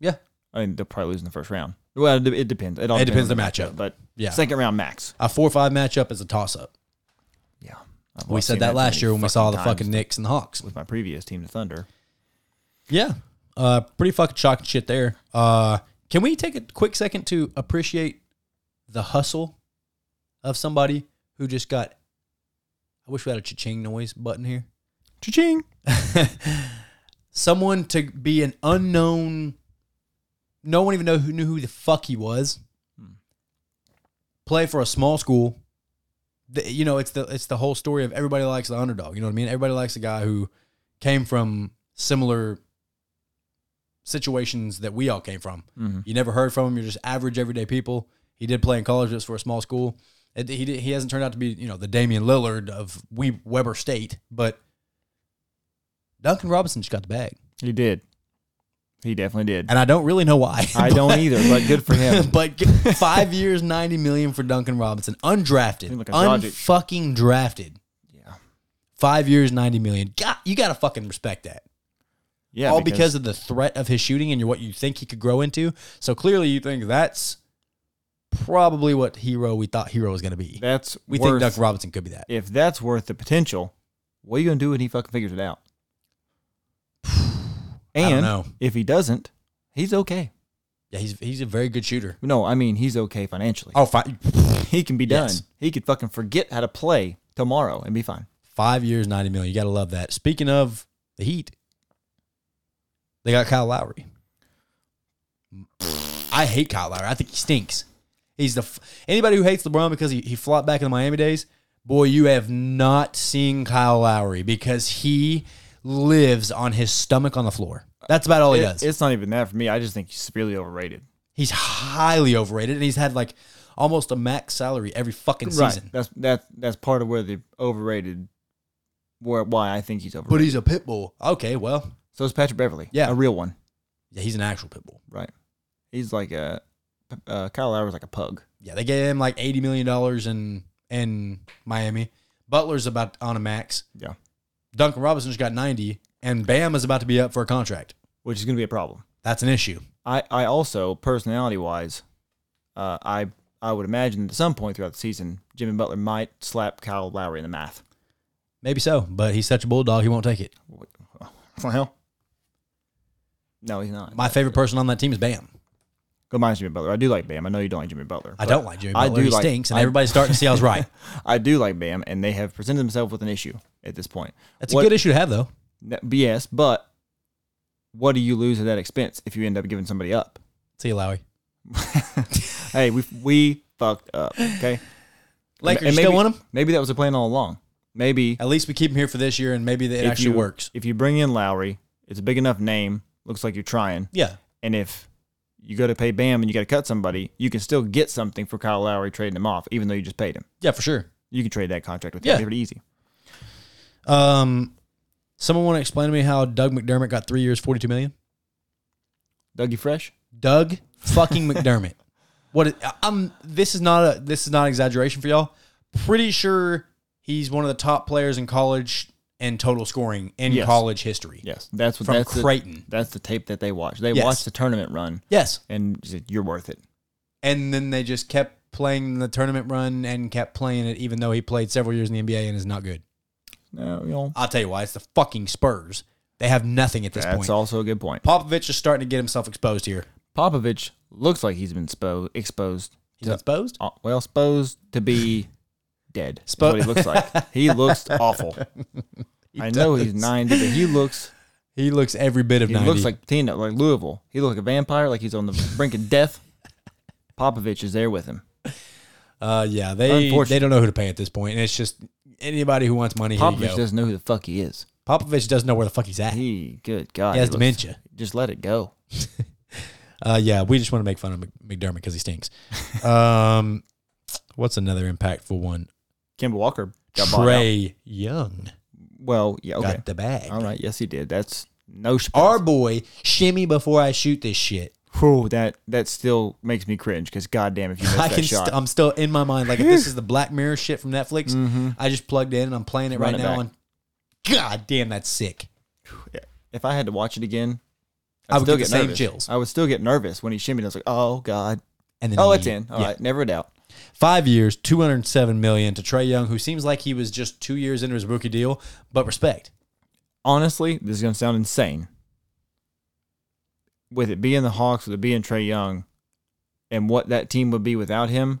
Yeah. I mean they'll probably lose in the first round. Well, it, it depends. It, all It depends, depends on on the matchup. but Yeah. second round max. A four five matchup is a toss up. Yeah, I've We lost- said seen that too last many year when we saw the times fucking Knicks and the Hawks. with my previous team, the Thunder. Yeah. Uh, pretty fucking shocking shit there. Uh, can we take a quick second to appreciate the hustle of somebody who just got? I wish we had a cha-ching noise button here. Cha-ching. Someone to be an unknown. No one even know who knew who the fuck he was. Play for a small school. The- you know, it's the it's the whole story of everybody likes the underdog. You know what I mean? Everybody likes a guy who came from similar situations that we all came from. Mhm. You never heard from him. You're just average everyday people. He did play in college just for a small school. It- he did, he hasn't turned out to be you know the Damian Lillard of we Weber State, but Duncan Robinson just got the bag, He did. He definitely did. and I don't really know why. I don't either, but good for him. but g- five years, ninety million for Duncan Robinson, undrafted, Seemed like a Doncic. unfucking drafted. Yeah. Five years, ninety million. God, you gotta fucking respect that. Yeah. all because, of the threat of his shooting and what you think he could grow into. So clearly, you think that's probably what hero we thought hero was going to be. that's We worth, think Duncan Robinson could be that. if that's worth the potential, what are you gonna do when he fucking figures it out? And I don't know. if he doesn't, he's okay. Yeah, he's he's a very good shooter. No, I mean he's okay financially. Oh, five, He can be done. Yes. He could fucking forget how to play tomorrow and be fine. five years, ninety million. You got to love that. Speaking of the Heat, they got Kyle Lowry. I hate Kyle Lowry. I think he stinks. He's the f- anybody who hates LeBron because he, he flopped back in the Miami days. Boy, you have not seen Kyle Lowry because he lives on his stomach on the floor. That's about all he It- does. It's not even that for me. I just think he's severely overrated. he's highly overrated, and he's had like almost a max salary every fucking season. That's that's that's part of where the overrated where why I think he's overrated. But he's a pit bull. Okay, well, so is Patrick Beverly. Yeah. A real one. yeah, he's an actual pit bull. Right. He's like a uh, Kyle Lowry's like a pug. Yeah, they gave him like eighty million dollars in in Miami. Butler's about on a max. Yeah. Duncan Robinson's got ninety, and Bam is about to be up for a contract. Which is gonna be a problem. That's an issue. I, I also personality wise, uh, I I would imagine at some point throughout the season, Jimmy Butler might slap Kyle Lowry in the mouth. Maybe so, but he's such a bulldog, he won't take it. Well, no, he's not. My favorite person on that team is Bam. Good mind Jimmy Butler. I do like Bam. I know you don't like Jimmy Butler. I but don't like Jimmy I Butler. do he like- stinks, and I- everybody's starting to see I was right. I do like Bam, and they have presented themselves with an issue at this point. That's What- a good issue to have, though. N- Yes, but what do you lose at that expense if you end up giving somebody up? See you, Lowry. Hey, we we fucked up. Okay, Lakers, And you still maybe- want him? Maybe that was the plan all along. Maybe At least we keep him here for this year, and maybe that it if actually you- works. If you bring in Lowry, it's a big enough name. Looks like you're trying. Yeah, And if you go to pay Bam and you got to cut somebody, you can still get something for Kyle Lowry trading him off, even though you just paid him. Yeah, for sure. You can trade that contract with Yeah. him. It's pretty easy. Um, someone want to explain to me how Doug McDermott got three years, forty-two million? Dougie Fresh? Doug fucking McDermott. What? Is, I'm. This is not a. This is not an exaggeration for y'all. Pretty sure he's one of the top players in college in total scoring in Yes. college history. Yes. That's what From that's Creighton. The, that's the tape that they watch. They Yes. watch the tournament run Yes. and said, you're worth it. And then they just kept playing the tournament run and kept playing it, even though he played several years in the NBA and is not good. No, you know, I'll tell you why. It's the fucking Spurs. They have nothing at this that's point. also a good point. Popovich is starting to get himself exposed here. Popovich looks like he's been spo- exposed. He's exposed. uh, well, supposed to be dead. is Spo- what he looks like. He looks awful. I know he's does. 90, but he looks He looks every bit of he 90. looks like Tina, like Louisville. He looks like a vampire, like he's on the brink of death. Popovich is there with him. Uh, yeah, they Unfortunate. they don't know who to pay at this point, and it's just anybody who wants money. Here you Popovich go. doesn't know who the fuck he is. Popovich doesn't know where the fuck he's at. He He, good God, has he looks- dementia. Just let it go. Uh, yeah, we just want to make fun of Mc- McDermott because he stinks. um, what's another impactful one? Kimba Walker got bought out. Trey Young Well, yeah, okay, got the bag. all right, yes, he did. That's no Our surprise. boy, shimmy before I shoot this shit. Whew, that that still makes me cringe because goddamn, if you miss I that can. shot, St- I'm still in my mind. Like if this is the Black Mirror shit from Netflix, I just plugged in and I'm playing it Mm-hmm. Run right it now. back. And God damn, that's sick. if I had to watch it again, I would still get the same nervous. chills. I would still get nervous when he shimmied. I was like, oh god, And then oh, he- it's in. All right, yeah. never a doubt. Five years, two hundred seven million to Trey Young, who seems like he was just two years into his rookie deal. But respect, honestly, this is going to sound insane. With it being the Hawks, with it being Trey Young, and what that team would be without him,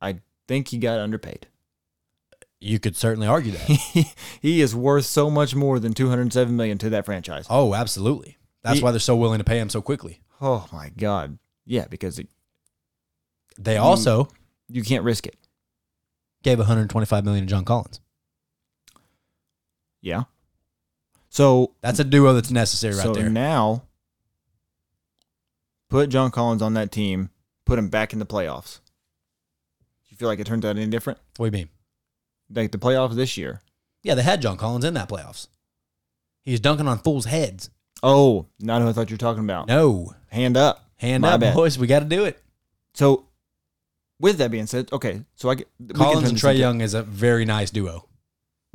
I think he got underpaid. you could certainly argue that. he is worth so much more than 207 million to that franchise. oh, absolutely. That's He- why they're so willing to pay him so quickly. Oh my god. Yeah, because it, They also you can't risk it. gave one hundred twenty five million to John Collins. Yeah. So, That's a duo that's necessary right so there. now put John Collins on that team, put him back in the playoffs. You feel like it turns out any different? what do you mean? Like the playoffs this year. Yeah, they had John Collins in that playoffs. He's dunking on fools' heads. Oh, not who I thought you were talking about. No. Hand up. Hand My up, bad. boys. We got to do it. So, with that being said, okay, so I get we can turn Collins and this Trey into- Young is a very nice duo.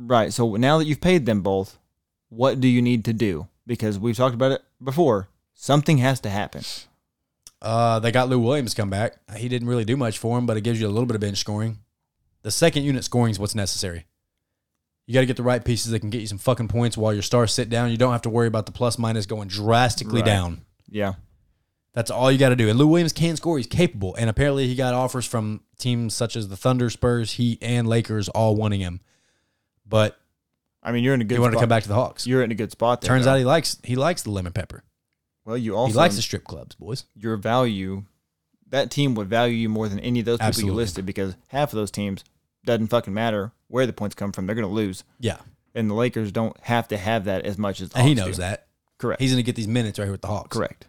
Right. So now that you've paid them both, what do you need to do? Because we've talked about it before. Something has to happen. Uh, they got Lou Williams come back. He didn't really do much for him, but it gives you a little bit of bench scoring. The second unit scoring is what's necessary. You got to get the right pieces that can get you some fucking points while your stars sit down. You don't have to worry about the plus minus going drastically Right. down. Yeah. That's all you got to do. And Lou Williams can score. He's capable. And apparently, he got offers from teams such as the Thunder, Spurs, Heat, and Lakers, all wanting him. But I mean, you're in a good. he wanted spot. to come back to the Hawks. You're in a good spot. There, Turns though. out he likes he likes the lemon pepper. well, you also he likes the strip clubs, boys. your value. That team would value you more than any of those people you Absolutely. listed because half of those teams doesn't fucking matter where the points come from. They're gonna lose, Yeah, and the Lakers don't have to have that as much as the and he Hawks knows do. that. Correct. He's going to get these minutes right here with the Hawks. correct.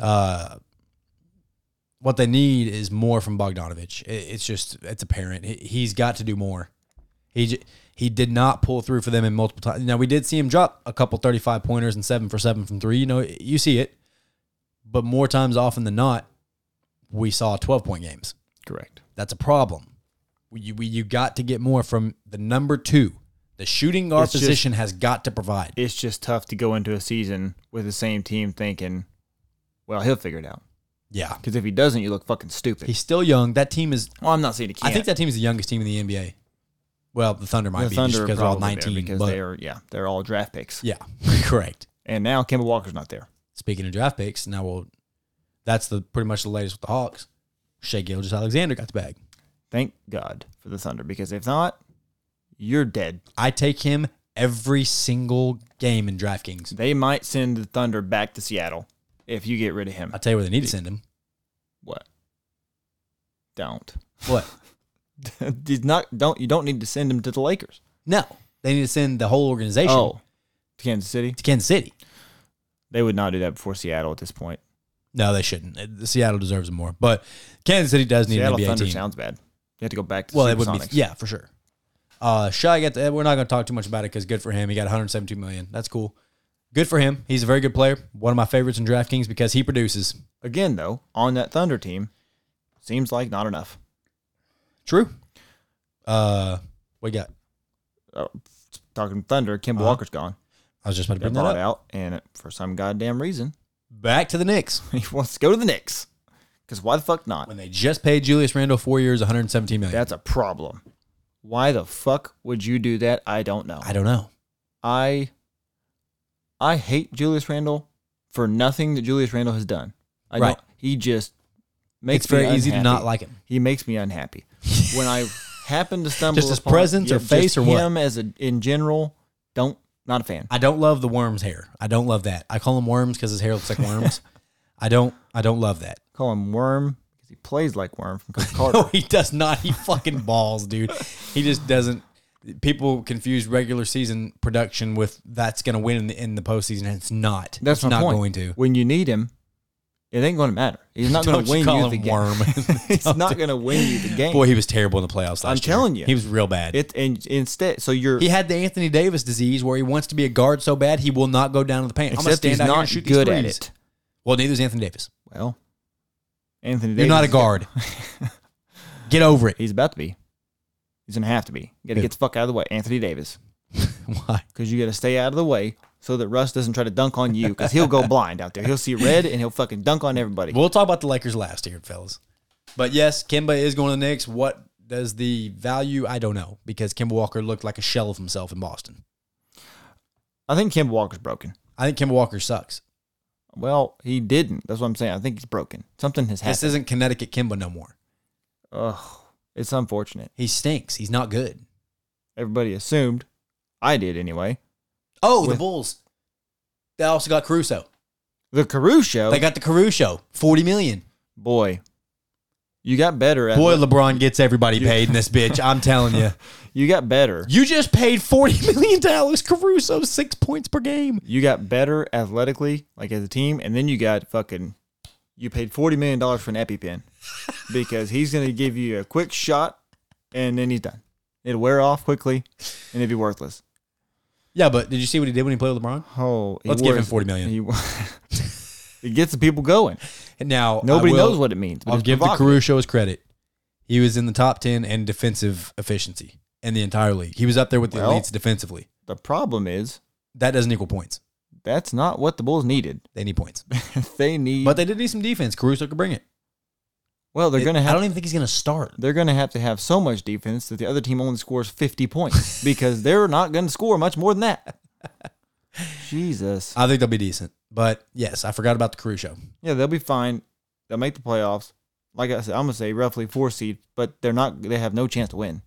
uh, what they need is more from Bogdanovich. It, it's just it's apparent he, he's got to do more. He j- he did not pull through for them in multiple times. Now we did see him drop a couple thirty-five pointers and seven for seven from three. You know you see it, but more times often than not, we saw twelve-point games. Correct. That's a problem. We, you we, you got to get more from the number two. The shooting guard It's just- position has got to provide. it's just tough to go into a season with the same team thinking, well, he'll figure it out. Yeah, Because if he doesn't, you look fucking stupid. he's still young. That team is well, I'm not saying he can't. I think that team is the youngest team in the NBA. Well, the Thunder might the be Thunder just because are they're all probably 19. there because but they are, yeah, they're all draft picks. yeah, correct. And now Kemba Walker's not there. Speaking of draft picks, now we'll that's the pretty much the latest with the Hawks. Shea Gilgis Alexander got the bag. Thank God for the Thunder because if not, you're dead. I take him every single game in DraftKings. They might send the Thunder back to Seattle if you get rid of him. I tell you where they need to send him. What? Don't. What? Did not don't you don't need to send him to the Lakers. No, they need to send the whole organization Oh, to Kansas City. to Kansas City. They would not do that before Seattle at this point. No, they shouldn't. It- Seattle deserves it more, but Kansas City does need Seattle an NBA Thunder team. sounds bad. You have to go back to well, it Supersonics. would be yeah for sure. Uh, Shy got the, we're not going to talk too much about it because good for him. He got 172 million. That's cool. Good for him. He's a very good player. One of my favorites in DraftKings because he produces. Again, though, on that Thunder team, seems like not enough. True. Uh, what you got? Uh, talking Thunder, Kim Uh-huh. Walker's gone. I was just about to They bring that up. brought out, and for some goddamn reason, Back to the Knicks he wants to go to the Knicks. Because why the fuck not? when they just paid Julius Randle four years, 117 million. That's a problem. Why the fuck would you do that? I don't know. I don't know. I I hate Julius Randle for nothing that Julius Randle has done. I Right. don't, he just makes It's very me easy to unhappy. not like him. He makes me unhappy when I happen to stumble Just his upon- presence or just face or what? him as a in general. Don't not a fan. I don't love the worm's hair. I don't love that. I call him worms because his hair looks like worms. I don't. I don't love that. Call him Worm because he plays like Worm from Coach Carter. No, he does not. He fucking balls, dude. He just doesn't. People confuse regular season production with that's going to win in the, in the postseason. And it's not. That's it's my not point. going to. When you need him, it ain't going to matter. He's not going Don't to you win call you him the game. worm. He's not going to win you the game. Boy, he was terrible in the playoffs last year. I'm telling you. he was real bad. It and instead, so you're he had the Anthony Davis disease where he wants to be a guard so bad he will not go down to the paint. I'm gonna except stand he's out here not and shoot good these at threes. it. Well, neither is Anthony Davis. Well, Anthony, Davis You're not a is good. guard. Get over it. He's about to be. He's gonna have to be. You gotta Who? get the fuck out of the way, Anthony Davis, Why? because you gotta stay out of the way so that Russ doesn't try to dunk on you, because he'll go blind out there. He'll see red and he'll fucking dunk on everybody. We'll talk about the Lakers last here, fellas. But yes, Kimba is going to the Knicks. What does the value? I don't know because Kimba Walker looked like a shell of himself in Boston. I think Kim Walker's broken. I think Kimba Walker sucks. Well, he didn't. That's what I'm saying. I think he's broken. Something has This happened. isn't Connecticut Kimba no more. Ugh, it's unfortunate. He stinks. He's not good. Everybody assumed, I did anyway. Oh, the With- Bulls. They also got Caruso. The Caruso They got the Caruso. Forty million. boy, you got better at Boy, LeBron gets everybody paid in this bitch. I'm telling you. you got better. You just paid forty million to Alex Caruso, six points per game. you got better athletically, like as a team, and then you got fucking you paid forty million dollars for an EpiPen because he's gonna give you a quick shot and then he's done. It'll wear off quickly and it'd be worthless. Yeah, but did you see what he did when he played with LeBron? Oh, he Let's give wore him his- $40 million. He, it gets the people going. And now I Nobody will- knows what it means. But I'll it's give the provocative. Caruso his credit. He was in the top ten in defensive efficiency in the entire league. He was up there with the Well- elites defensively. The problem is That doesn't equal points. that's not what the Bulls needed. They need points, they need, but they did need some defense. Caruso could bring it. well, they're gonna I have. don't even think he's gonna start. They're going to have to have so much defense that the other team only scores 50 points because they're not going to score much more than that. Jesus. I think they'll be decent. But yes, I forgot about the Caruso. Yeah, they'll be fine. They'll make the playoffs. Like I said, I'm gonna say roughly four seed, but they're not. They have no chance to win.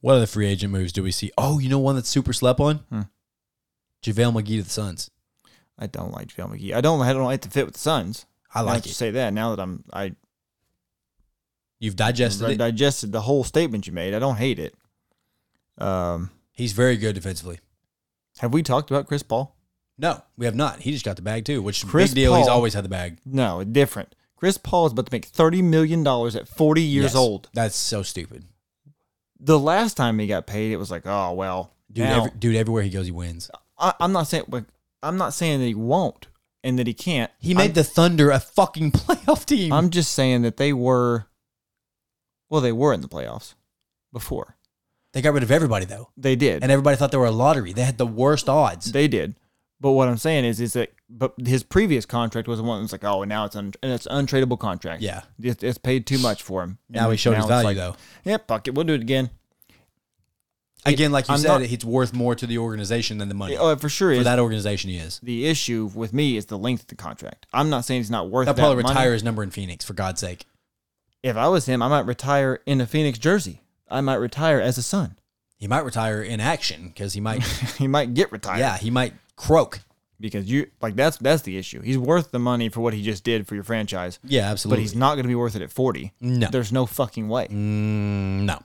What other free agent moves do we see? Oh, you know one that's super slept on. Hmm. JaVale McGee to the Suns. I don't like Javale McGee. I don't. I don't like to fit with the Suns. I I have like to it. say that now that I'm I You've digested I it. digested the whole statement you made. I don't hate it. Um, He's very good defensively. have we talked about Chris Paul? No, we have not. He just got the bag too, which is a Chris big deal. He's Paul- always had the bag. No, different. Chris Paul is about to make thirty million dollars at forty years Yes. old. That's so stupid, The last time he got paid, it was like, oh well, dude. now- every- dude, everywhere he goes, he wins. I, I'm not saying. but I'm not saying that he won't and that he can't. He made I'm- the Thunder a fucking playoff team. I'm just saying that they were, well, they were in the playoffs before. they got rid of everybody though, They did. and everybody thought they were a lottery. They had the worst odds. they did. But what I'm saying is, is that but his previous contract was the one that's like, oh, now it's un- and it's untradeable contract. Yeah. it's, it's paid too much for him. now he And showed his it's value like, though. Yeah, fuck it, we'll do it again. Again, like you I'm said, not- it's worth more to the organization than the money. Oh, it for sure For is. that organization, he is. The issue with me is the length of the contract. I'm not saying he's not worth They'll that probably money. retire his number in Phoenix for God's sake. If I was him, I might retire in a Phoenix jersey. I might retire as a son. He might retire in action because he might. he might get retired. yeah, he might croak. because you like that's that's the issue. He's worth the money for what he just did for your franchise, Yeah, but absolutely. he's not going to be worth it at 40. no, There's no fucking way. Mm, no,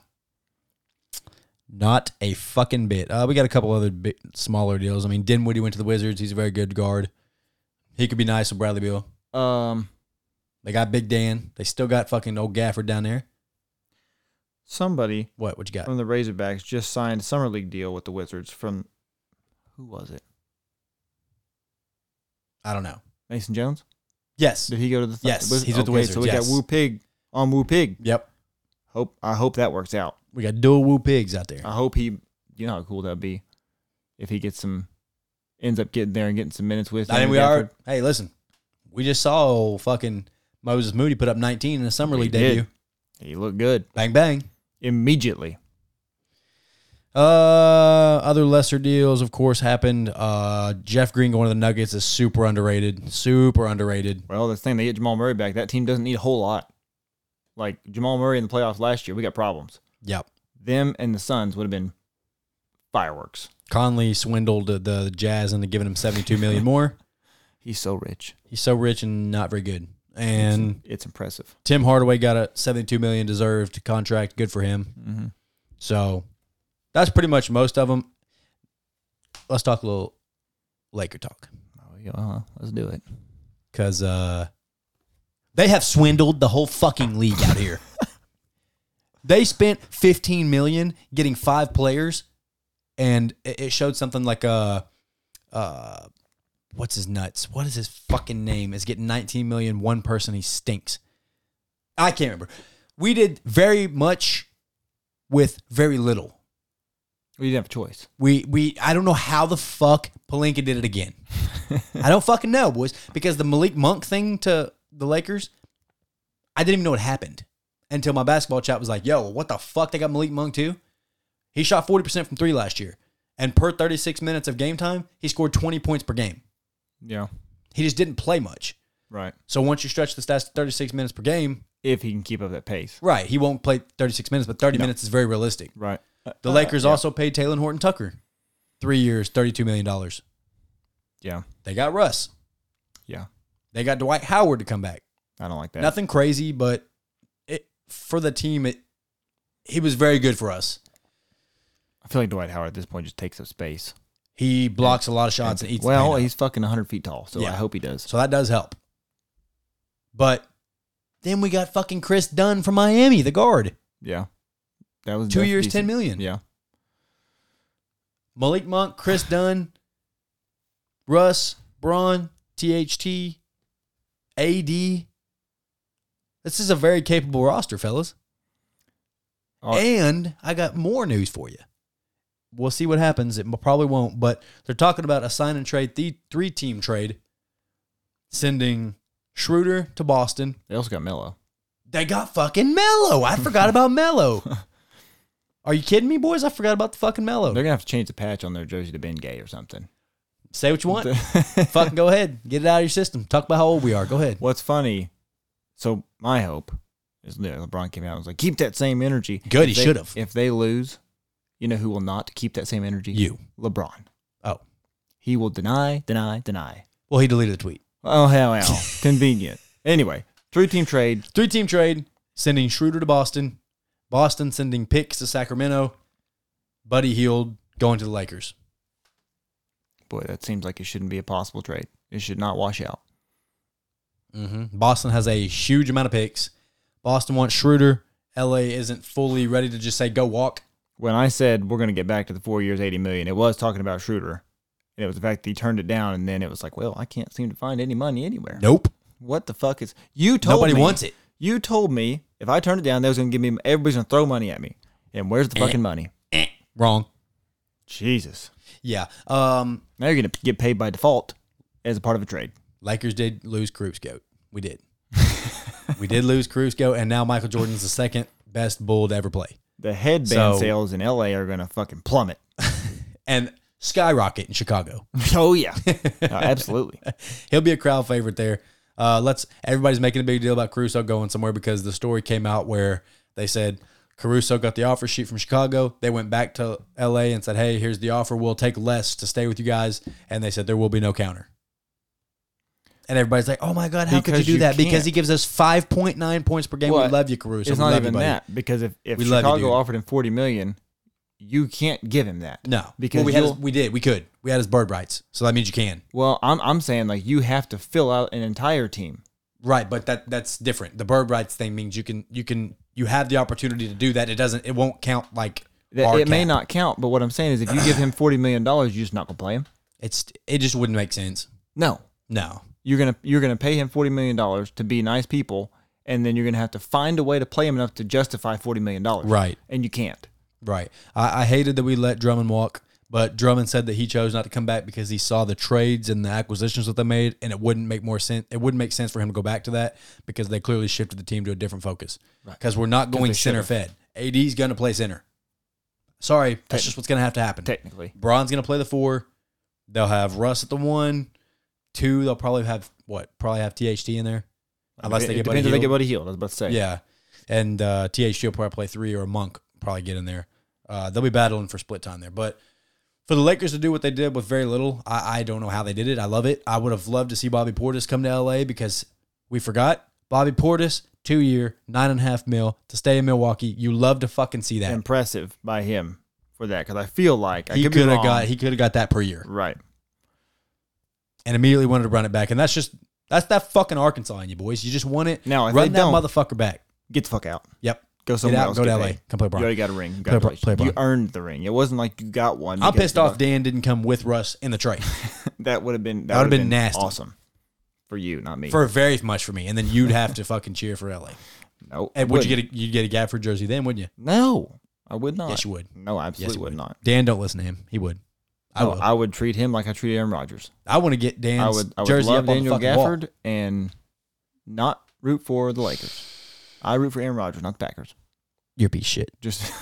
not a fucking bit. Uh, we got a couple other bit smaller deals. I mean, Dinwiddie went to the Wizards. He's a very good guard. He could be nice with Bradley Beal. Um, They got Big Dan. They still got fucking old Gaffer down there. somebody What? What you got? from the Razorbacks just signed a summer league deal with the Wizards from who was it? I don't know. Mason Jones? Yes. Did he go to the? Th- Yes, Wiz- he's with the okay, Wizards, So we yes. got Woo Pig on Woo Pig. Yep. Hope I hope that works out. We got dual woo pigs out there. I hope he. You know how cool that'd be if he gets some, ends up getting there and getting some minutes with. I think Andrew we Gafford. are. Hey, listen. We just saw old fucking Moses Moody put up 19 in the summer He league did. debut. He looked good Bang bang. immediately. Uh, other lesser deals, of course, happened. Uh, Jeff Green going to the Nuggets is super underrated. Super underrated. Well, this thing they get Jamal Murray back. That team doesn't need a whole lot. Like Jamal Murray in the playoffs last year, we got problems. Yep. Them and the Suns would have been fireworks. Conley swindled the, the Jazz into giving him 72 million more. He's so rich. He's so rich and not very good. And It's impressive. Tim Hardaway got a 72 million deserved contract. Good for him. Mhm. So that's pretty much most of them. Let's talk a little Laker talk Oh, yeah, uh, let's do it. because uh, they have swindled the whole fucking league out here. they spent 15 million getting five players, and it, it showed something like uh, uh, what's his nuts? What is his fucking name? Is getting 19 million one person he stinks. I can't remember. We did very much with very little. We didn't have a choice. We we I don't know how the fuck Palinka did it again. I don't fucking know, boys. Because the Malik Monk thing to the Lakers, I didn't even know it happened until my basketball chat was like, "Yo, what the fuck? They got Malik Monk too? He shot forty percent from three last year, and per thirty six minutes of game time, he scored twenty points per game. Yeah. He just didn't play much. Right. So once you stretch the stats to thirty six minutes per game, If he can keep up that pace. right? He won't play thirty six minutes, but thirty minutes is very realistic. Right. The Lakers also paid Taylor Horton Tucker three years, thirty two million dollars. Yeah. They got Russ. Yeah. They got Dwight Howard to come back. I don't like that. Nothing crazy, but it for the team, it he was very good for us. I feel like Dwight Howard at this point just takes up space. He blocks Uh, a lot of shots and eats. the well, paint up. he's fucking 100 feet tall, so Yeah. I hope he does. so that does help. But then we got fucking Chris Dunn from Miami, the guard, Yeah. That was two that's years, ten decent. million. Yeah. Malik Monk, Chris Dunn, Russ, Braun, THT, AD. This is a very capable roster, fellas. Oh. and I got more news for you. We'll see what happens. It probably won't, but they're talking about a sign and trade, the three team trade, sending Schroeder to Boston. They also got Melo. They got fucking Mello. I forgot about Mello. Are you kidding me, boys? I forgot about the fucking Mello. They're gonna have to change the patch on their jersey to Ben Gay or something. Say what you want. fucking go ahead. Get it out of your system. Talk about how old we are. Go ahead. What's funny? So my hope is that LeBron came out and was like, "Keep that same energy." Good, he If they- should've. If they lose, you know who will not keep that same energy? You. LeBron. Oh. He will deny, deny, deny. Well, he deleted the tweet. Oh hell, hell. convenient. Anyway, three team trade. Three team trade, sending Schroeder to Boston. Boston sending picks to Sacramento. Buddy Heald going to the Lakers. Boy, that seems like it shouldn't be a possible trade. It should not wash out. hmm Boston has a huge amount of picks. Boston wants Schroeder. LA isn't fully ready to just say go walk. When I said we're going to get back to the four years, eighty million, it was talking about Schroeder, and it was the fact that he turned it down, and then it was like, well, I can't seem to find any money anywhere. Nope. What the fuck is you told Nobody me? wants it. You told me if I turned it down, they was going to give me everybody's going to throw money at me, and where's the fucking money? Wrong. Jesus, Yeah. Um, now you're going to get paid by default as a part of a trade. Lakers did lose Goat. We did. we did lose Goat, and now Michael Jordan's the second best bull to ever play. The headband So- sales in LA are going to fucking plummet. And skyrocket in Chicago. oh yeah, Uh, absolutely. He'll be a crowd favorite there. Uh, let's everybody's making a big deal about Caruso going somewhere because the story came out where they said Caruso got the offer sheet from Chicago. They went back to LA and said, "Hey, here's the offer. We'll take less to stay with you guys." And they said there will be no counter. And everybody's like, "Oh my god, how could Because you do you that?" Because can't. he gives us 5.9 points per game. Well, we love you, Caruso. it's We not love you, even buddy. that because if if We love you, Chicago dude. offered him forty million, you can't give him that. No, because because we had his, you'll- we did we could we had his bird rights, so that means you can. Well, I'm I'm saying like you have to fill out an entire team. Right, but that that's different. The bird rights thing means you can you can you have the opportunity to do that. It doesn't it won't count like That our it may cap. not count, but what I'm saying is, if you give him forty million dollars, you're just not gonna play him. It's it just wouldn't make sense. No, No. you're gonna you're gonna pay him forty million dollars to be nice people, and then you're gonna have to find a way to play him enough to justify forty million dollars. Right. and you can't. Right. I, I hated that we let Drummond walk, but Drummond said that he chose not to come back because he saw the trades and the acquisitions that they made, and it wouldn't make more sense. It wouldn't make sense for him to go back to that because they clearly shifted the team to a different focus. Because we're not going center fed. AD's going to play center. Sorry, that's just what's going to have to happen. Technically, Braun's going to play the four. They'll have Russ at the one, two. They'll probably have what? Probably have THT in there, unless it they get depends Buddy if they Hield. get Buddy Hield. I was about to say. Yeah, and uh, THG will probably play three, or Monk probably get in there. Uh, they'll be battling for split time there. But for the Lakers to do what they did with very little, I, I don't know how they did it. I love it. I would have loved to see Bobby Portis come to LA because we forgot Bobby Portis two year nine and a half mil to stay in Milwaukee. You love to fucking see that. impressive by him for that because I feel like I he could be could have wrong. got he could have got that per year, right. and immediately wanted to run it back. And that's just that's that fucking Arkansas in you boys. You just want it. Now, if run they that don't- motherfucker back. Get the fuck out. Yep. Go Get somewhere out. else. Go to get LA. paid. Come play You Bron. already got a ring. Play Bron- Congratulations. play Bron. you earned the ring. It wasn't like you got one. I'm because pissed you off won. Dan didn't come with Russ in the trade. That would have been that, That would've would have been been, nasty. Awesome for you, not me. for very much for me, and then you'd have to fucking cheer for LA. no, And would you get a, you'd get a Gafford jersey then, wouldn't you? No, I would not. Yes, you would. No, I Yes, absolutely you would not. Dan, don't listen to him. He would. I I, will. I, I would treat him like I treat Aaron Rodgers. want to get Dan's I would. I would jersey love up on Daniel the fucking wall. Gafford and not root for the Lakers. I root for Aaron Rodgers, not the Packers. You're a piece of shit. Just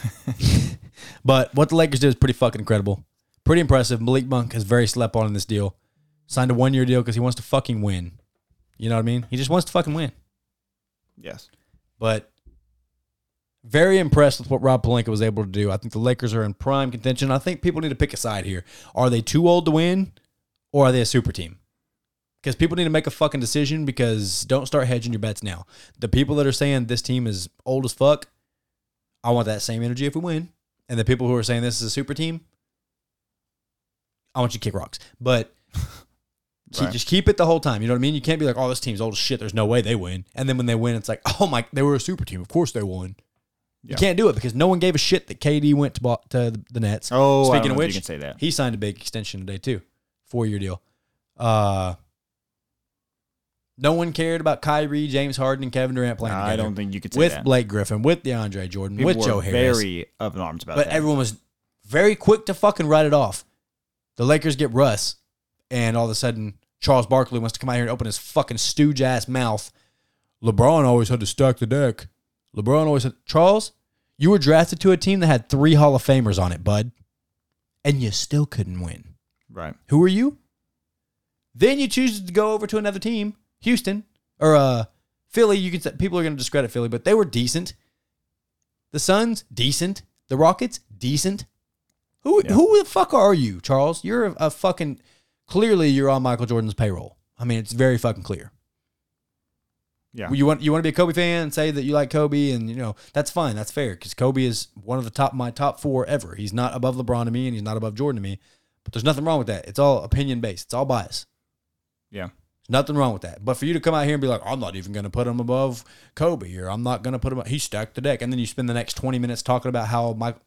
But what the Lakers did is pretty fucking incredible. Pretty impressive. Malik Monk has very slept on in this deal. Signed a one year deal because he wants to fucking win. You know what I mean? He just wants to fucking win. yes. but very impressed with what Rob Palenka was able to do. I think the Lakers are in prime contention. I think people need to pick a side here. Are they too old to win, or are they a super team? Because people need to make a fucking decision. Because don't start hedging your bets now. The people that are saying this team is old as fuck, I want that same energy if we win. And the people who are saying this is a super team, I want you to kick rocks. But keep, Right. just keep it the whole time. You know what I mean? You can't be like, oh, this team's old as shit. There's no way they win. And then when they win, it's like, oh my, they were a super team. Of course they won. You Yeah. can't do it because no one gave a shit that KD went to, bo- to the, the Nets. Oh, Speaking I don't of know if which, you can say that. He signed a big extension today too, four year deal. Uh, no one cared about Kyrie, James Harden, and Kevin Durant playing I together. don't think you could say with that. Blake Griffin, with DeAndre Jordan, People with Joe were Harris, very up in arms about but that. everyone was very quick to fucking write it off. The Lakers get Russ, and all of a sudden Charles Barkley wants to come out here and open his fucking stooge ass mouth. LeBron always had to stack the deck. LeBron always had Charles. You were drafted to a team that had three Hall of Famers on it, bud, and you still couldn't win. right. Who are you? Then you choose to go over to another team, Houston or uh, Philly. You can say, people are going to discredit Philly, but they were decent. The Suns, decent. The Rockets, decent. Who Yeah. who the fuck are you, Charles? You're a, a fucking clearly you're on Michael Jordan's payroll. I mean, it's very fucking clear. Yeah. You want you want to be a Kobe fan and say that you like Kobe, and you know that's fine, that's fair, because Kobe is one of the top my top four ever. He's not above LeBron to me, and he's not above Jordan to me. But there's nothing wrong with that. It's all opinion based. It's all bias. Yeah. There's nothing wrong with that. But for you to come out here and be like, I'm not even going to put him above Kobe, or I'm not going to put him. He stacked the deck, and then you spend the next 20 minutes talking about how Michael.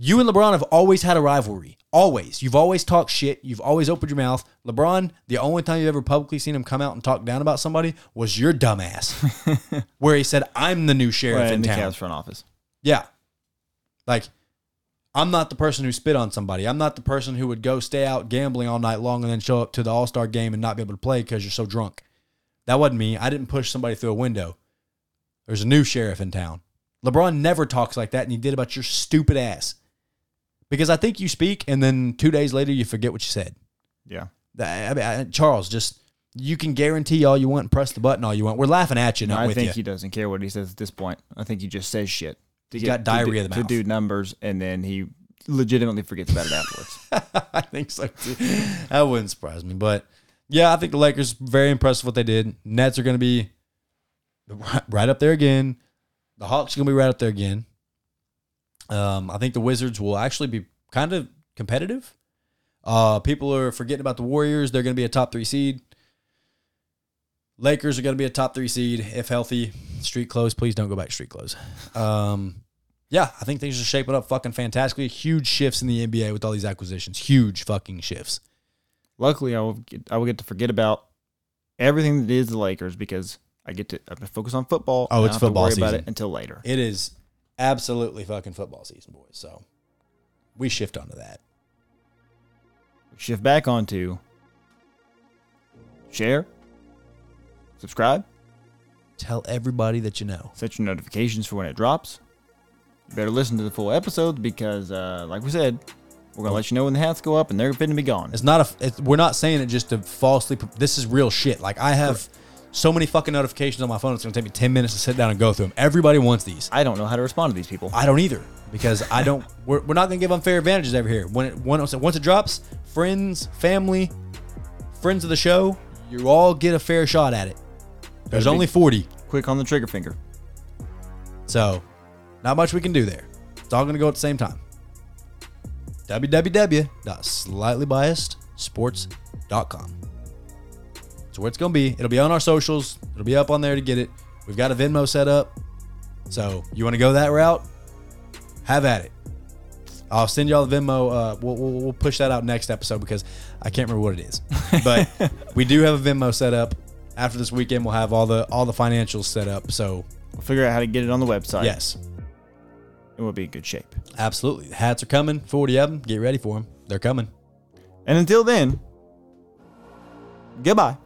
You and LeBron have always had a rivalry. Always. You've always talked shit. You've always opened your mouth. LeBron, the only time you've ever publicly seen him come out and talk down about somebody was your dumbass, where he said, I'm the new sheriff Right, in in the town. Cavs front office. Yeah. Like, I'm not the person who spit on somebody. I'm not the person who would go stay out gambling all night long and then show up to the All Star game and not be able to play because you're so drunk. That wasn't me. I didn't push somebody through a window. There's a new sheriff in town. LeBron never talks like that, and he did about your stupid ass. Because I think you speak, and then two days later, you forget what you said. Yeah. That- I mean, I- Charles, just you can guarantee all you want and press the button all you want. We're laughing at you, No, not I with think you. he doesn't care what he says at this point. I think he just says shit. He's got to, diarrhea of the do- mouth. to do numbers, and then he legitimately forgets about it afterwards. I think so too. That wouldn't surprise me. But yeah, I think the Lakers very impressed with what they did. Nets are going to be ri- right up there again. The Hawks are going to be right up there again. Um, I think the Wizards will actually be kind of competitive. Uh, people are forgetting about the Warriors. They're going to be a top three seed. Lakers are going to be a top three seed if healthy. Street clothes, please don't go back to street clothes. Um, yeah, I think things are shaping up fucking fantastically. Huge shifts in the NBA with all these acquisitions. Huge fucking shifts. Luckily, I will get, I will get to forget about everything that is the Lakers because I get to I have to focus on football. Oh, and I don't it's have to football worry about season. it until later. It is absolutely fucking football season, boys. So we shift onto that. Shift back onto share, subscribe, Tell everybody that you know. set your notifications for when it drops. You better listen to the full episode because, uh, like we said, we're gonna let you know when the hats go up and they're fitting to be gone. It's not a. It's, we're not saying it just to falsely. pro- This is real shit. Like I have so many fucking notifications on my phone. It's gonna take me ten minutes to sit down and go through them. Everybody wants these. I don't know how to respond to these people. I don't either because I don't. We're, we're not gonna give unfair advantages over here. When it when, it- once it drops, friends, family, friends of the show, you all get a fair shot at it. There's Gotta be- only forty, Quick on the trigger finger. so not much we can do there. It's all gonna go at the same time. www.slightlybiasedsports.com. That's where it's gonna be. It'll be on our socials. It'll be up on there to get it. We've got a Venmo set up. So you want to go that route? Have at it. I'll send y'all the Venmo. Uh, we'll, we'll, we'll push that out next episode because I can't remember what it is. But we do have a Venmo set up. After this weekend, we'll have all the all the financials set up. So We'll figure out how to get it on the website. yes, It will be in good shape. absolutely. The hats are coming. Forty of them. Get ready for them. They're coming. And until then, goodbye.